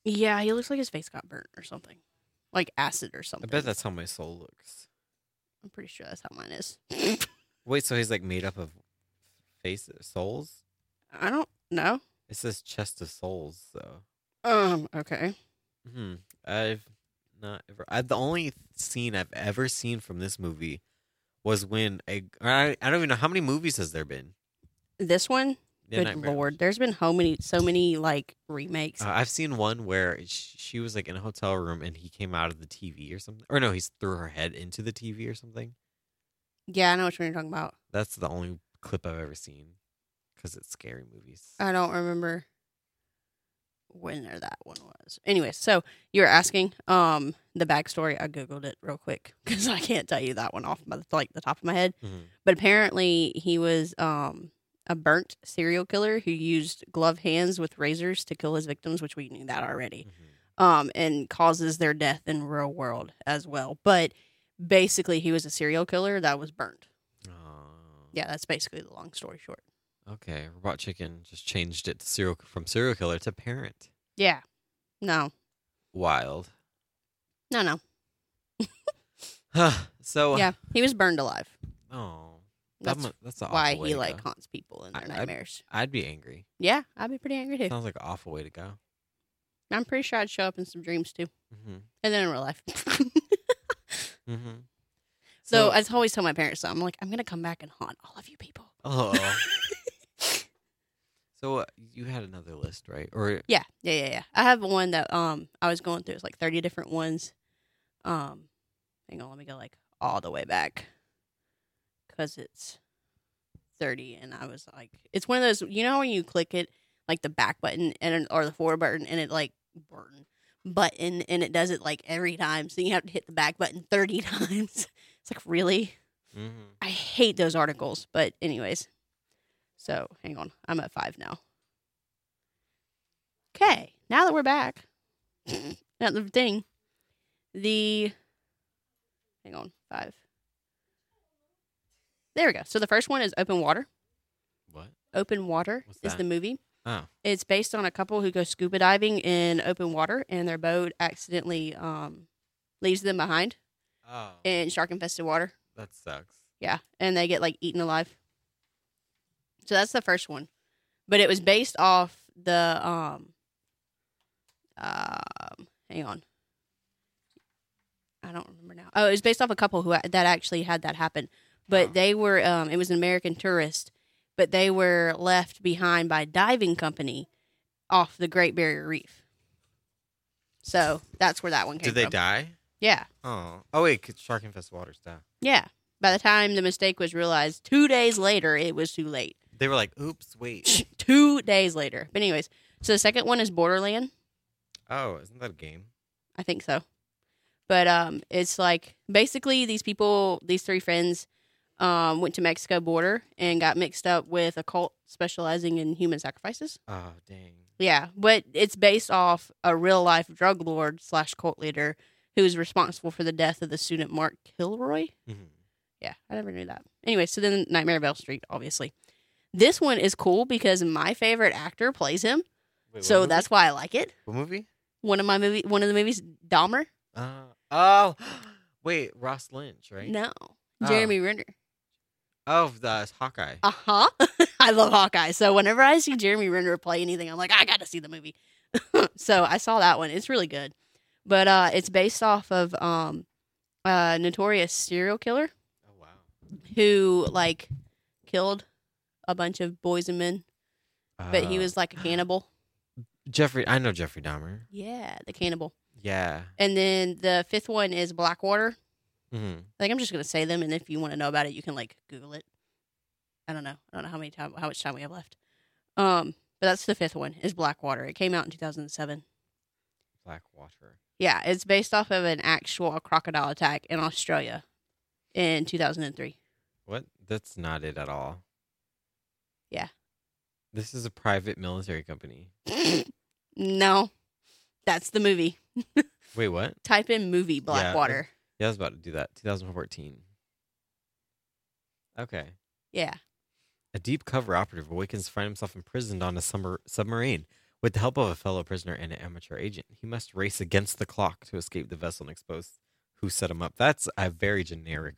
Yeah, he looks like his face got burnt or something, like acid or I something. bet that's how my soul looks. I'm pretty sure that's how mine is. Wait, so he's like made up of faces, souls? I don't know. It says chest of souls, so. Um. Okay. Hmm. I've not ever. I, the only scene I've ever seen from this movie was when a. I, I don't even know how many movies has there been. This one, Yeah, good Nightmare on Elm lord, there's been how many, so many like remakes. Uh, I've seen one where it- sh- she was like in a hotel room and he came out of the TV or something. Or no, he's threw her head into the TV or something. yeah, I know which one you're talking about. That's the only clip I've ever seen because it's scary movies. I don't remember when or that one was. Anyway, so you were asking um the backstory. I googled it real quick because I can't tell you that one off by the, like the top of my head. Mhm. But apparently, he was um a burnt serial killer who used glove hands with razors to kill his victims, which we knew that already. Mhm. Um, and causes their death in real world as well. But basically, he was a serial killer that was burnt. Aw. Yeah, that's basically the long story short. Okay, Robot Chicken just changed it to serial from serial killer to parent. Yeah. No. Wild. No, no. Huh. so Yeah. He was burned alive. Oh, that That's mu- that's an why awful way he to like go. haunts people in their I- I- nightmares. I'd be angry. yeah, I'd be pretty angry too. Sounds like an awful way to go. I'm pretty sure I'd show up in some dreams too. Mm-hmm. And then in real life. Mm-hmm. so I always tell my parents so I'm like, I'm gonna come back and haunt all of you people. oh. so uh, you had another list, right? Or Yeah, yeah, yeah, yeah. I have one that um I was going through. It's like thirty different ones. Um, hang on, let me go like all the way back because it's thirty, and I was like, it's one of those. You know when you click it, like the back button and or the forward button, and it like button button, and it does it like every time. So you have to hit the back button thirty times. It's like really, Mhm. I hate those articles. But anyways, so hang on, I'm at five now. Okay, now that we're back at the thing, the hang on five. There we go. So the first one is open water. what? Open water What's is that? the movie. Oh, It's based on a couple who go scuba diving in open water, and their boat accidentally um, leaves them behind oh, in shark infested water. that sucks. Yeah, and they get like eaten alive. So that's the first one, but it was based off the um, um, hang on, I don't remember now. Oh, it was based off a couple who that actually had that happen, but Oh. they were um, it was an American tourist, but they were left behind by a diving company off the Great Barrier Reef. So that's where that one came Did they from. die? Yeah. Oh, oh wait, 'cause shark infested waters die. Yeah. By the time the mistake was realized, two days later, it was too late. They were like, "Oops, wait." two days later. But, anyways, so the second one is Borderland. oh, isn't that a game? I think so. But um, it's like basically these people, these three friends, um, went to Mexico border and got mixed up with a cult specializing in human sacrifices. Oh, dang. Yeah, but it's based off a real life drug lord slash cult leader who was responsible for the death of the student Mark Kilroy. Mhm. Yeah, I never knew that. Anyway, so then Nightmare on Elm Street, obviously. This one is cool because my favorite actor plays him, Wait, what so movie? that's why I like it. what movie? One of my movie, one of the movies, Dahmer. Uh, oh, wait, Ross Lynch, right? No, Oh. Jeremy Renner. Oh, the Hawkeye. Uh huh. I love Hawkeye, so whenever I see Jeremy Renner play anything, I'm like, I gotta see the movie. so I saw that one. It's really good, but uh, it's based off of um, a notorious serial killer Oh wow. who like killed a bunch of boys and men, but he Oh. was like a cannibal. Jeffrey. I know Jeffrey Dahmer. Yeah, the cannibal. Yeah. And then the fifth one is Blackwater. hmm Like I'm just gonna say them, and if you want to know about it, you can like Google it. I don't know. I don't know how many time, how much time we have left. Um, but that's the fifth one is Blackwater. It came out in 2007. Blackwater. Yeah, it's based off of an actual crocodile attack in Australia in 2003. What? That's not it at all. Yeah. This is a private military company. no, that's the movie. Wait, what? Type in movie Blackwater. Yeah, I was about to do that. 2014. Okay. Yeah. A deep cover operative awakens to find himself imprisoned on a summer- submarine. With the help of a fellow prisoner and an amateur agent, he must race against the clock to escape the vessel and expose who set him up. That's a very generic.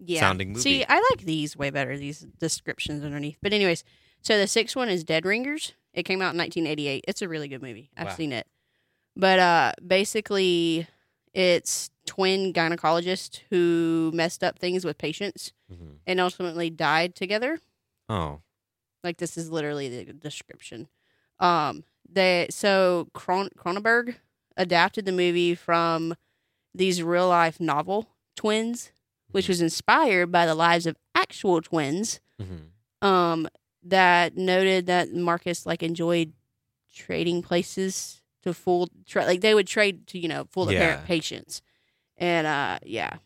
yeah. sounding See, movie. I like these way better, these descriptions underneath. But anyways, so the sixth one is Dead Ringers. It came out in 1988. It's a really good movie. I've Wow. seen it. But uh basically it's twin gynecologists who messed up things with patients Mhm. and ultimately died together. Oh, Like this is literally the description. Um they so Cron- Cronenberg adapted the movie from these real life novel twins which Mhm. was inspired by the lives of actual twins Mhm. um, that noted that Marcus like enjoyed trading places to fool tra- like they would trade to you know fool the Yeah. parent patients and uh yeah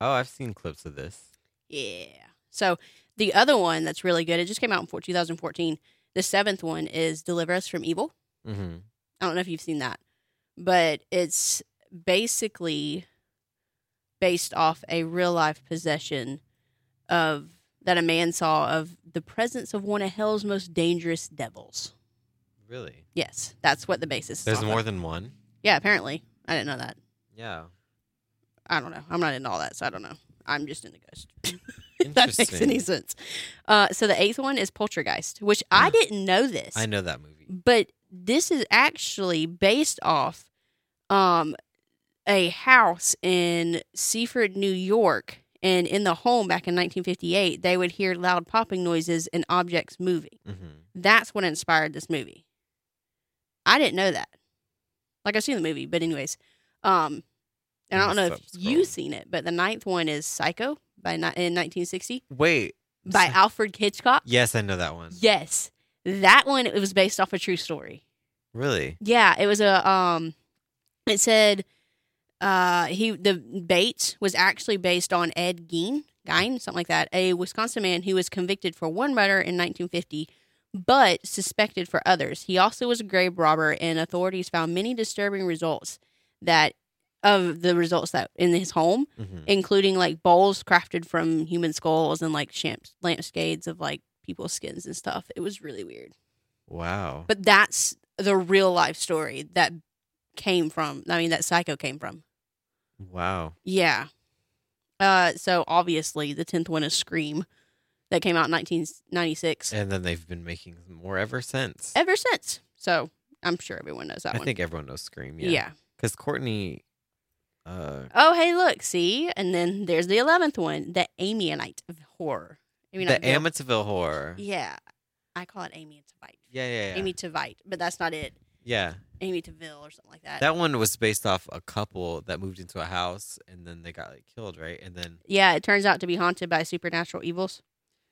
oh, I've seen clips of this. yeah so the other one that's really good it just came out in 2014 the seventh one is deliver us from evil hmm I don't know if you've seen that, but it's basically based off a real life possession of that a man saw of the presence of one of hell's most dangerous devils. Really? Yes, that's what the basis is. There's off more of. than one? Yeah, apparently. I didn't know that. Yeah. I don't know. I'm not into all that, so I don't know. I'm just into ghosts. if that makes Interesting. any sense. Uh, so the eighth one is Poltergeist, which I didn't know this. Mm. I know that movie. but this is actually based off um a house in Seaford, New York, and in the home back in 1958, they would hear loud popping noises and objects moving. Mm-hmm. That's what inspired this movie. I didn't know that. Like I've seen the movie, but anyways, um, and I don't know if That's cool. you've seen it, but the ninth one is Psycho by ni- in 1960 Wait. by Alfred Hitchcock. Yes, I know that one. Yes, that one it was based off a true story. Really? Yeah, it was a um it said uh he the Bates was actually based on Ed Gein, Gein, something like that, a Wisconsin man who was convicted for one murder in 1950 but suspected for others. He also was a grave robber and authorities found many disturbing results that of the results that in his home, Mm-hmm. including like bowls crafted from human skulls and like champs, lampshades of like people's skins and stuff. It was really weird. Wow. But that's the real life story that came from. I mean, that Psycho came from. wow. Yeah. Uh, so obviously the tenth one is Scream, that came out in nineteen ninety six. And then they've been making more ever since. Ever since, so I'm sure everyone knows that I one. think everyone knows Scream. yeah. Yeah. Because Courtney, uh, Oh, hey, look, see, and then there's the eleventh one, the Amianite horror. the Amianite Bill- Amityville horror. Yeah, Yeah, I call it Amianite. yeah, yeah. Amy Tavite, but that's not it. yeah. Amy Taville or something like that. That one was based off a couple that moved into a house and then they got like killed, right? And then yeah, it turns out to be haunted by supernatural evils.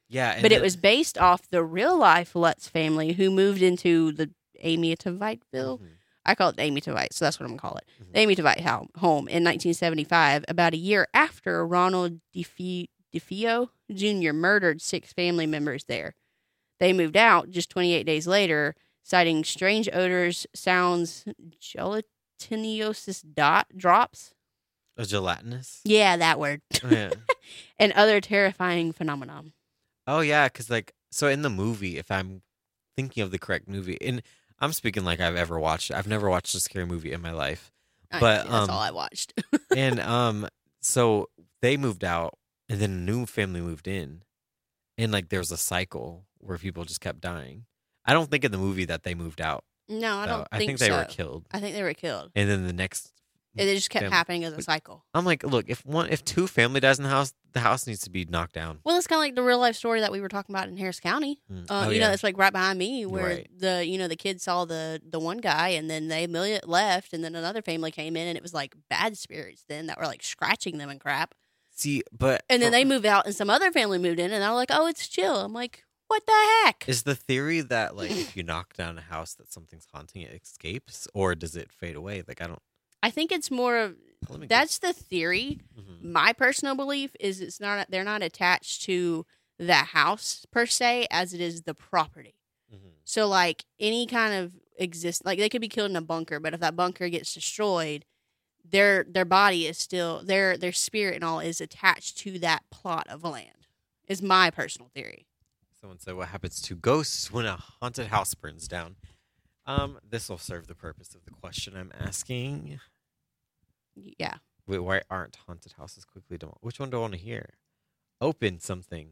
yeah, and but then- it was based off the real life Lutz family who moved into the Amy Taviteville. Mhm. I call it the Amy Tavite, so that's what I'm gonna call it. Mhm. The Amy Tavite ho- home in 1975, about a year after Ronald DeFeo, DeFeo Jr. murdered six family members there. They moved out just 28 days later, citing strange odors, sounds, gelatinous dot drops. a gelatinous. Yeah, that word. Oh, yeah. and other terrifying phenomenon. Oh yeah, because like so in the movie, if I'm thinking of the correct movie, and I'm speaking like I've ever watched. I've never watched a scary movie in my life, I- But, that's um, all I watched. and um, so they moved out, and then a new family moved in, and like there was a cycle where people just kept dying. I don't think in the movie that they moved out. No, I though. don't. I think, they so. were killed, Mm, I think they were killed. and then the next. It just kept fam- happening as a but- cycle. I'm like, look, if one, if two family dies in the house, the house needs to be knocked down. Well, it's kind of like the real life story that we were talking about in Harris County. Mm. Uh, Oh, you yeah. know, it's like right behind me where Right. the you know the kids saw the the one guy and then they mil- left and then another family came in and it was like bad spirits then that were like scratching them and crap. see, but And then for- they moved out and some other family moved in and they're like, oh, it's chill. I'm like, what the heck? Is the theory that like if you knock down a house that something's haunting it escapes or does it fade away? Like I don't. I think it's more of Let me that's the theory. Mhm. my personal belief is it's not they're not attached to the house per se as it is the property Mhm. so like any kind of exist like they could be killed in a bunker but if that bunker gets destroyed their their body is still their their spirit and all is attached to that plot of land is my personal theory Someone said, "What happens to ghosts when a haunted house burns down?" Um, this will serve the purpose of the question I'm asking. yeah Wait, why aren't haunted houses quickly demolished? Which one do I want to hear? Open something.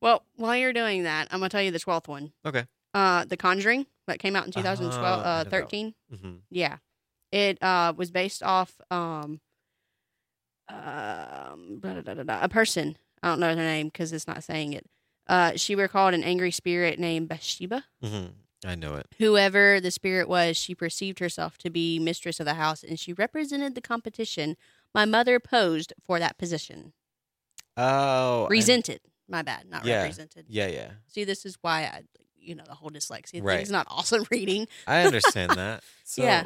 well while you're doing that i'm gonna tell you the 12th one Okay. uh the conjuring that came out in Oh, 2012 I uh, know that one. 13 hmm Yeah. It uh, was based off um, um, da, da, da, da, da, a person. I don't know their name because it's not saying it. Uh, she recalled an angry spirit named Bathsheba. hmm I know it. Whoever the spirit was, she perceived herself to be mistress of the house and she represented the competition my mother posed for that position. Oh, I- Resented. My bad. Not Yeah. represented. Yeah, yeah. See, this is why I, you know, the whole dyslexia thing Right. is not awesome reading. I understand that. So, Yeah.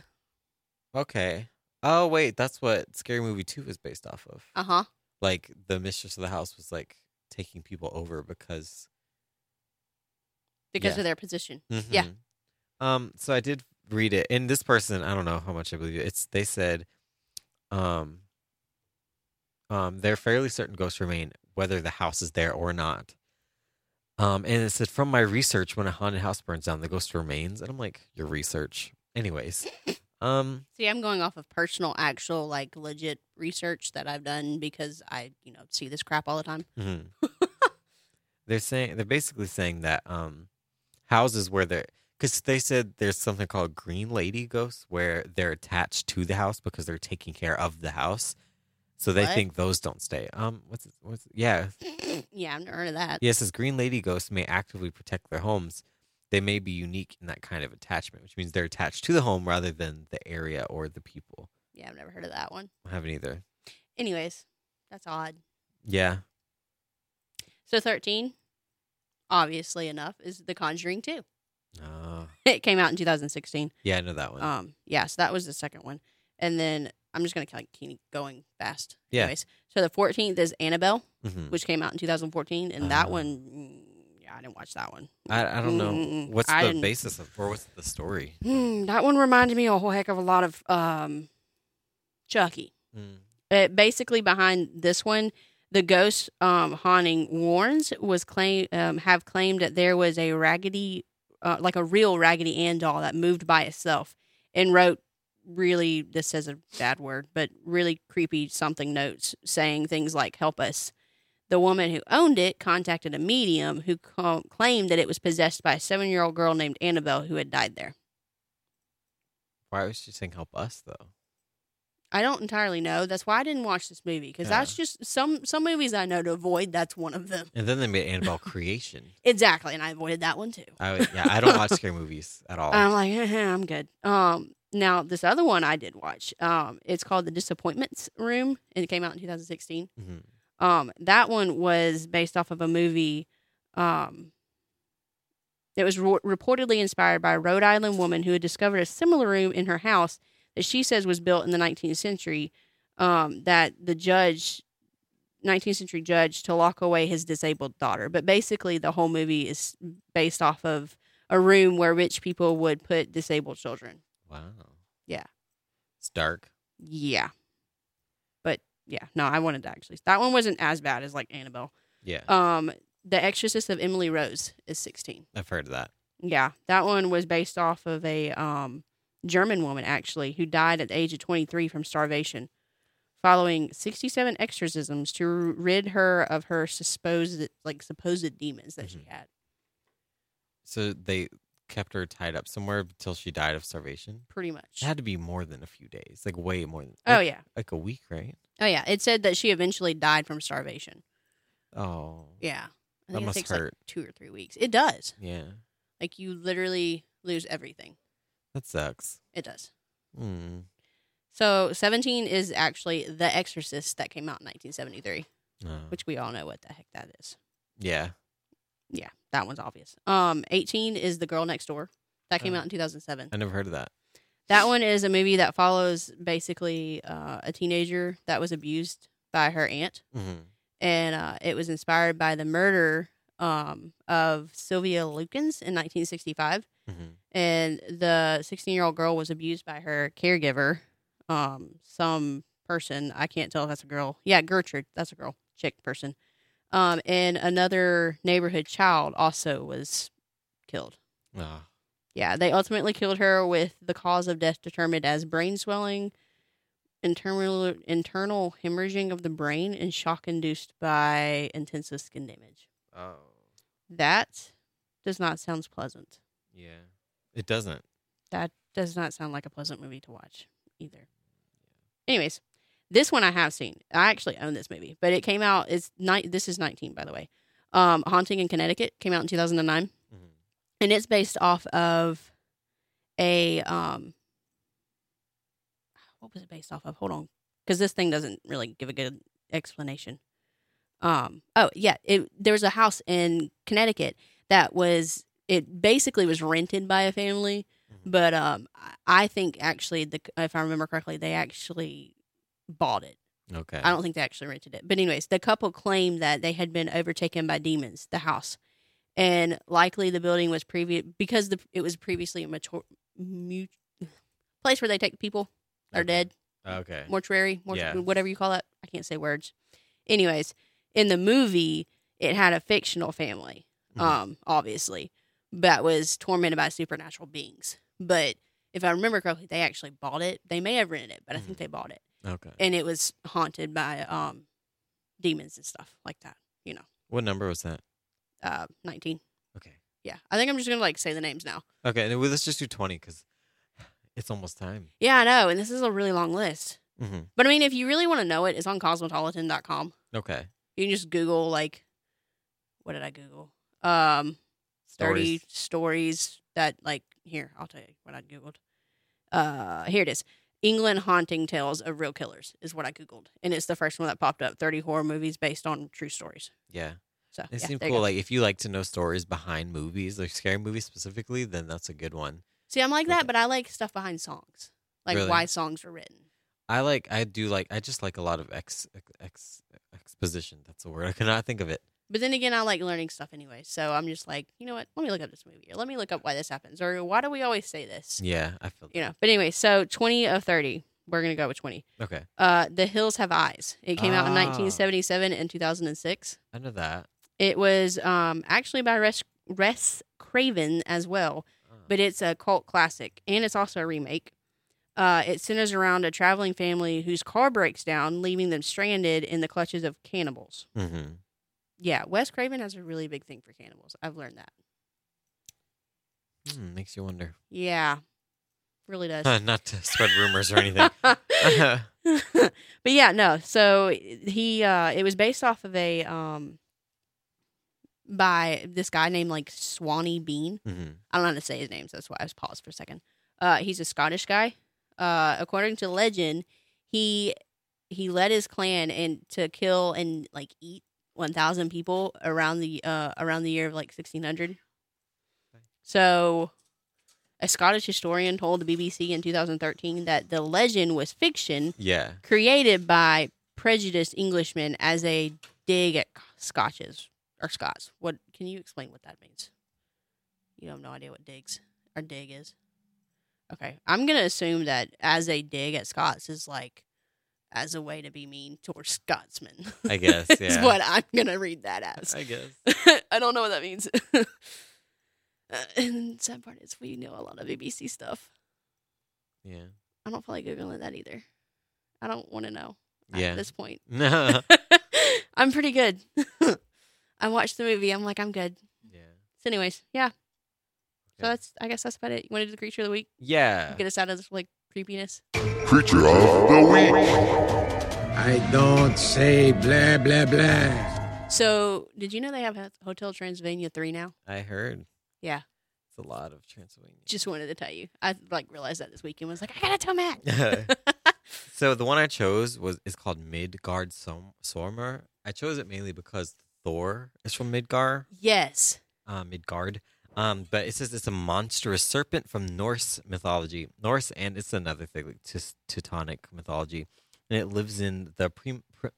Okay. Oh wait, that's what Scary Movie Two was based off of. Uh huh. Like the mistress of the house was like taking people over because Because Yeah. of their position. Yeah. Mhm. Um. So I did read it, and this person, I don't know how much I believe it. It's they said, um, Um, they're fairly certain ghosts remain, whether the house is there or not. Um, and it said, from my research, when a haunted house burns down, the ghost remains. And I'm like, your research. Anyways, um, See, I'm going off of personal, actual, like legit research that I've done because I, you know, see this crap all the time. mhm. they're saying they're basically saying that um, houses where they're because they said there's something called green lady ghosts where they're attached to the house because they're taking care of the house, so they What? think those don't stay. Um, what's it- what's yeah, yeah, I've never heard of that. Yes, as green lady ghosts may actively protect their homes, they may be unique in that kind of attachment, which means they're attached to the home rather than the area or the people. Yeah, I've never heard of that one. I haven't either. Anyways, that's odd. Yeah. So 13, obviously enough, is The Conjuring 2. Uh, It came out in 2016. yeah, I know that one. Um, yeah, so that was the second one. And then I'm just going to like keep going fast. Yeah. Anyways, so the 14th is Annabelle, Mhm. which came out in 2014, and that Ah. one, mm, yeah, I didn't watch that one. I, I don't know. Mm, What's I the didn't- basis of, or what's the story? Hmm, that one reminded me a whole heck of a lot of um, Chucky. Mm. But basically, behind this one, the ghost um, haunting warns was claim um, have claimed that there was a raggedy, uh, like a real Raggedy Ann doll that moved by itself and wrote really this is a bad word, but really creepy something notes saying things like "Help us." The woman who owned it contacted a medium who ca- claimed that it was possessed by a seven year old girl named Annabelle who had died there. Why was she saying help us, though? I don't entirely know. That's why I didn't watch this movie because Yeah. that's just some some movies I know to avoid. That's one of them. And then they made Annabelle creation. Exactly, and I avoided that one too. I, would- yeah, I don't watch scary movies at all. I'm like, eh, I'm good. Um, now this other one I did watch. Um, it's called The Disappointments Room, and it came out in 2016. Mhm. Um, that one was based off of a movie. Um, that was ro- reportedly inspired by a Rhode Island woman who had discovered a similar room in her house that she says was built in the 19th century. Um, that the judge, 19th century judge, to lock away his disabled daughter. But basically, the whole movie is based off of a room where rich people would put disabled children. Wow. Yeah. It's dark. Yeah. But yeah, no, I wanted to actually. That one wasn't as bad as like Annabelle. Yeah. Um, The Exorcist of Emily Rose is 16. I've heard of that. Yeah, that one was based off of a um, German woman actually who died at the age of 23 from starvation, following 67 exorcisms to rid her of her supposed like supposed demons that Mm-hmm. she had. So they kept her tied up somewhere until she died of starvation. Pretty much. It had to be more than a few days, like way more than. oh like- yeah, like a week, right? oh yeah. It said that she eventually died from starvation. Oh, Yeah, I That think must it takes hurt. like two or three weeks. It does. yeah, Like you literally lose everything. that sucks. It does. Mm. So 17 is actually The Exorcist that came out in 1973, Oh, which we all know what the heck that is. yeah, Yeah, that one's obvious. Um, 18 is The Girl Next Door. That came Oh. out in 2007. I never heard of that. That one is a movie that follows basically uh, a teenager that was abused by her aunt. Mhm. And uh, it was inspired by the murder um, of Sylvia Lukens in 1965. Mhm. And the 16 year old girl was abused by her caregiver, um, some person. I can't tell if that's a girl. Yeah, Gertrude. That's a girl, chick person. Um, and another neighborhood child also was killed. Ah, Yeah, they ultimately killed her with the cause of death determined as brain swelling, internal internal hemorrhaging of the brain, and shock induced by intensive skin damage. oh, That does not sound pleasant. yeah. It doesn't. That does not sound like a pleasant movie to watch either. Anyways, this one I have seen. I actually own this movie, but it came out. It's night. This is nineteen, by the way. Um, Haunting in Connecticut came out in two thousand and nine, Mhm. and it's based off of a um. What was it based off of? Hold on, because this thing doesn't really give a good explanation. Um. Oh yeah, it there was a house in Connecticut that was it basically was rented by a family Mhm. but um, I- I think actually the if I remember correctly, they actually bought it. Okay. I don't think they actually rented it. But anyways, the couple claimed that they had been overtaken by demons, the house, and likely the building was previous because the it was previously a mature, mu- place where they take people that are Okay. dead, Okay. mortuary, mort- Yeah. whatever you call that. I can't say words. Anyways, in the movie, it had a fictional family, Mhm. um, obviously, that was tormented by supernatural beings. But if I remember correctly, they actually bought it. They may have rented it, but I think Mm-hmm. they bought it, Okay. and it was haunted by um, demons and stuff like that. You know, What number was that? uh, nineteen. Okay. Yeah, I think I'm just gonna like say the names now. Okay. and we- Let's just do 20 because it's almost time. Yeah, I know, and this is a really long list. hmm But I mean, if you really want to know it, it's on cosmopolitan.com. Okay. You can just Google like, what did I Google? Um, thirty Stories. stories that like here. I'll tell you what I googled. Uh, here it is. England haunting tales of real killers is what I googled, and it's the first one that popped up. Thirty horror movies based on true stories. Yeah. So It yeah, seemed there you cool. go. Like if you like to know stories behind movies, like scary movies specifically, then that's a good one. See, I'm like Okay. that, but I like stuff behind songs, like Really? why songs were written. I like. I do like. I just like a lot of ex, ex exposition. That's the word. I cannot think of it. But then again, I like learning stuff anyway. So I'm just like, you know what? Let me look up this movie, or let me look up why this happens, or why do we always say this? Yeah, I feel. You know. But anyway, so 20 of 30. We're gonna go with 20. that. Okay, Uh, the Hills Have Eyes. It came out in Ah. 1977 and 2006. I know that. It was um, actually by Res, Res Craven as well, Uh, but it's a cult classic and it's also a remake. Uh, it centers around a traveling family whose car breaks down, leaving them stranded in the clutches of cannibals. mhm. Yeah, Wes Craven has a really big thing for cannibals. I've learned that. Hmm, makes you wonder. Yeah, really does. Huh, Not to spread rumors or anything. okay. but yeah, no. So he uh it was based off of a um by this guy named like Swanee Bean. hmm I don't know how to say his name, so that's why I was paused for a second. Uh he's a Scottish guy. Uh according to legend, he he led his clan and to kill and like eat 1000 people around the uh around the year of like 1600. So a Scottish historian told the BBC in 2013 that the legend was fiction Yeah. created by prejudiced Englishmen as a dig at Scotches or Scots. What can you explain what that means? You have no idea what digs or dig is. Okay, I'm gonna assume that as a dig at Scots is like as a way to be mean towards Scotsmen. I guess, is yeah. what I'm gonna read that as. I guess. I don't know what that means. Uh, and sad part is we know a lot of BBC stuff. Yeah. I don't feel like googling that either. I don't want to know Yeah. at this point. No. I'm pretty good. I watched the movie. I'm like, I'm good. yeah. So, anyways, yeah. So Okay. that's, I guess that's about it. You want to do the creature of the week? Yeah. Get us out of this like creepiness. Creature of the week. I don't say blah, blah, blah. So, did you know they have Hotel Transylvania three now? I heard. Yeah. It's a lot of Transylvania. Just wanted to tell you. I like realized that this weekend. Was like, I gotta tell Matt. so the one I chose was is called Midgard Som- Sormer. I chose it mainly because Thor is from Midgar. yes. uh, Midgard. Um, but it says it's a monstrous serpent from Norse mythology. Norse, and it's another thing, like Tis- Teutonic mythology. And it lives in the prim- pr-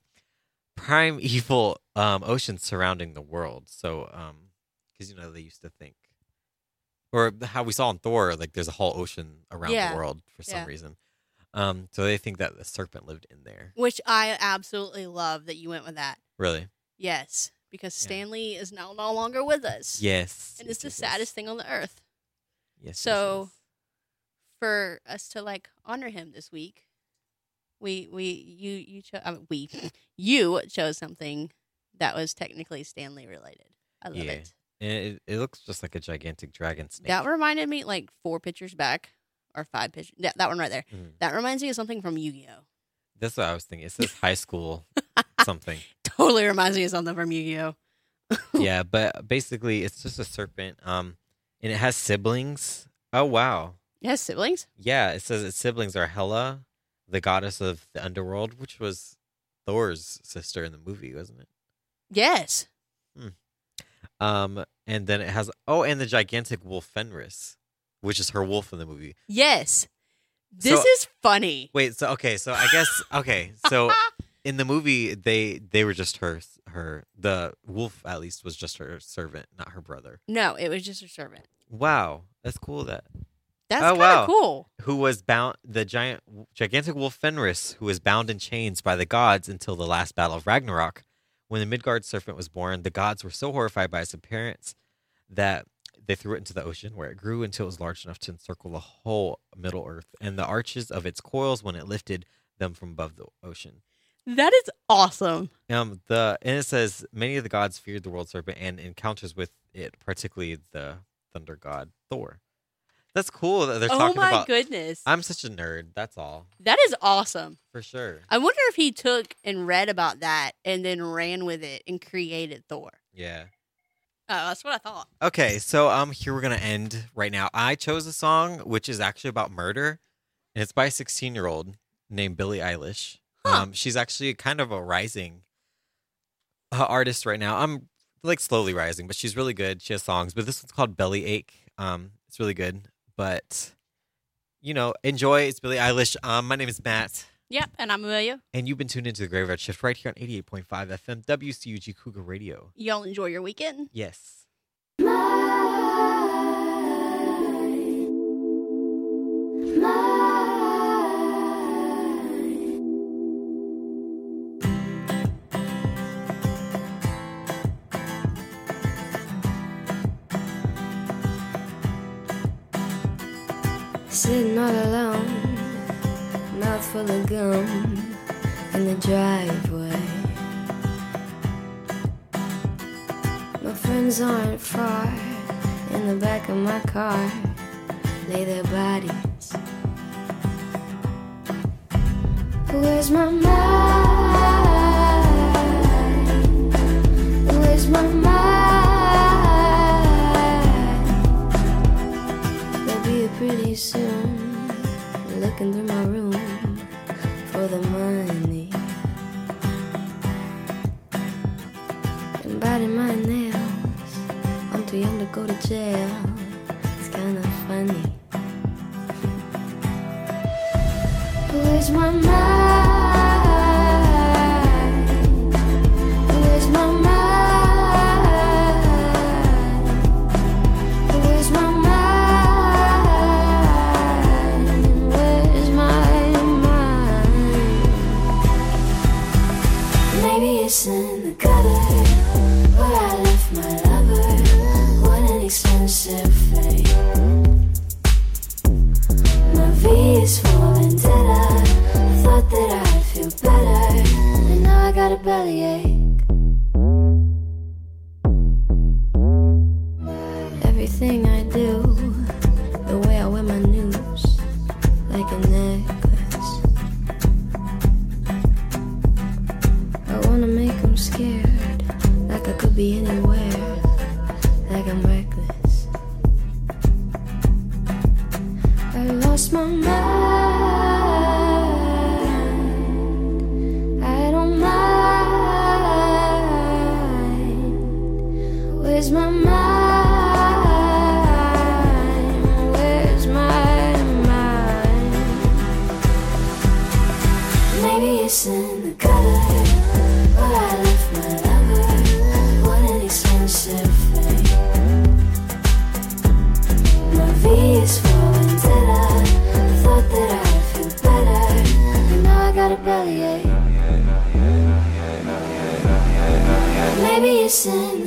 primeval um, ocean surrounding the world. So, because, you know, they used to think, or how we saw in Thor, like there's a whole ocean around Yeah. the world for some Yeah. reason. Um, so they think that the serpent lived in there. Which I absolutely love that you went with that. Really? Yes, because Yeah. Stanley is now no longer with us. Yes. and yes, it's the yes, yes. saddest thing on the earth. Yes, yes, So- yes. for us to like honor him this week. We we you you chose I mean, we you chose something that was technically Stanley related. I love Yeah. it. And it, it looks just like a gigantic dragon snake. That reminded me like four pictures back or five pictures. That, that one right there. Mhm. That reminds me of something from Yu Gi Oh. That's what I was thinking. It says high school something. Totally reminds me of something from Yu Gi Oh. Yeah, but basically it's just a serpent. Um, and it has siblings. Oh wow. It has siblings. Yeah, it says its siblings are Hela, the goddess of the underworld, which was Thor's sister in the movie, wasn't it? Yes. Um, and then it has oh, and the gigantic wolf Fenris, which is her wolf in the movie. Yes. This So- is funny. Wait, so okay, so I guess okay, so in the movie they they were just her her the wolf at least was just her servant, not her brother. No, it was just a servant. Wow, that's cool. That That's Oh, kind of wow. cool. who was bound the giant gigantic wolf Fenris, who was bound in chains by the gods until the last battle of Ragnarok. When the Midgard serpent was born, the gods were so horrified by its appearance that they threw it into the ocean, where it grew until it was large enough to encircle the whole Middle Earth and the arches of its coils when it lifted them from above the ocean. That is awesome. Um, the and it says many of the gods feared the world serpent and encounters with it, particularly the thunder god Thor. That's cool that they're oh talking my about. goodness. I'm such a nerd. That's all. that is awesome. For sure. I wonder if he took and read about that and then ran with it and created Thor. Yeah. Oh, that's what I thought. Okay, so um here we're gonna end right now. I chose a song which is actually about murder, and it's by a sixteen year old named Billie Eilish. Huh. Um she's actually kind of a rising uh, artist right now. I'm like slowly rising, but she's really good. She has songs, but this one's called Belly Ache. Um it's really good. But you know, enjoy. It's Billie Eilish. Um my name is Matt. Yep, and I'm Amelia. And you've been tuned into the Graveyard Shift right here on 88.5 FM WCUG Cougar Radio. Y'all enjoy your weekend. Yes. Sitting all alone, mouth full of gum in the driveway. My friends aren't far in the back of my car, lay their bodies. Where's my mind? Where's my mind? They'll be here pretty soon. Looking through my room for the money. And biting my nails. I'm too young to go to jail. It's kinda funny. Where's my mind? Where's my mind? Where's my mind? Where's my mind? Maybe it's in the gutter where I left my lover. What an expensive fate. My V is for vendetta. I thought that I'd feel better, and now I got a bellyache. Everything I do, the way I wear my news, like a necklace. I wanna make 'em scared, like I could be anywhere, like I'm reckless. I lost my mind. I don't mind. Where's my mind? Where's my mind? Maybe it's in the gutter where I left my lover. What an expensive fate. My V is for vendetta. I thought that I'd feel better, but now I got a bellyache. Maybe it's in the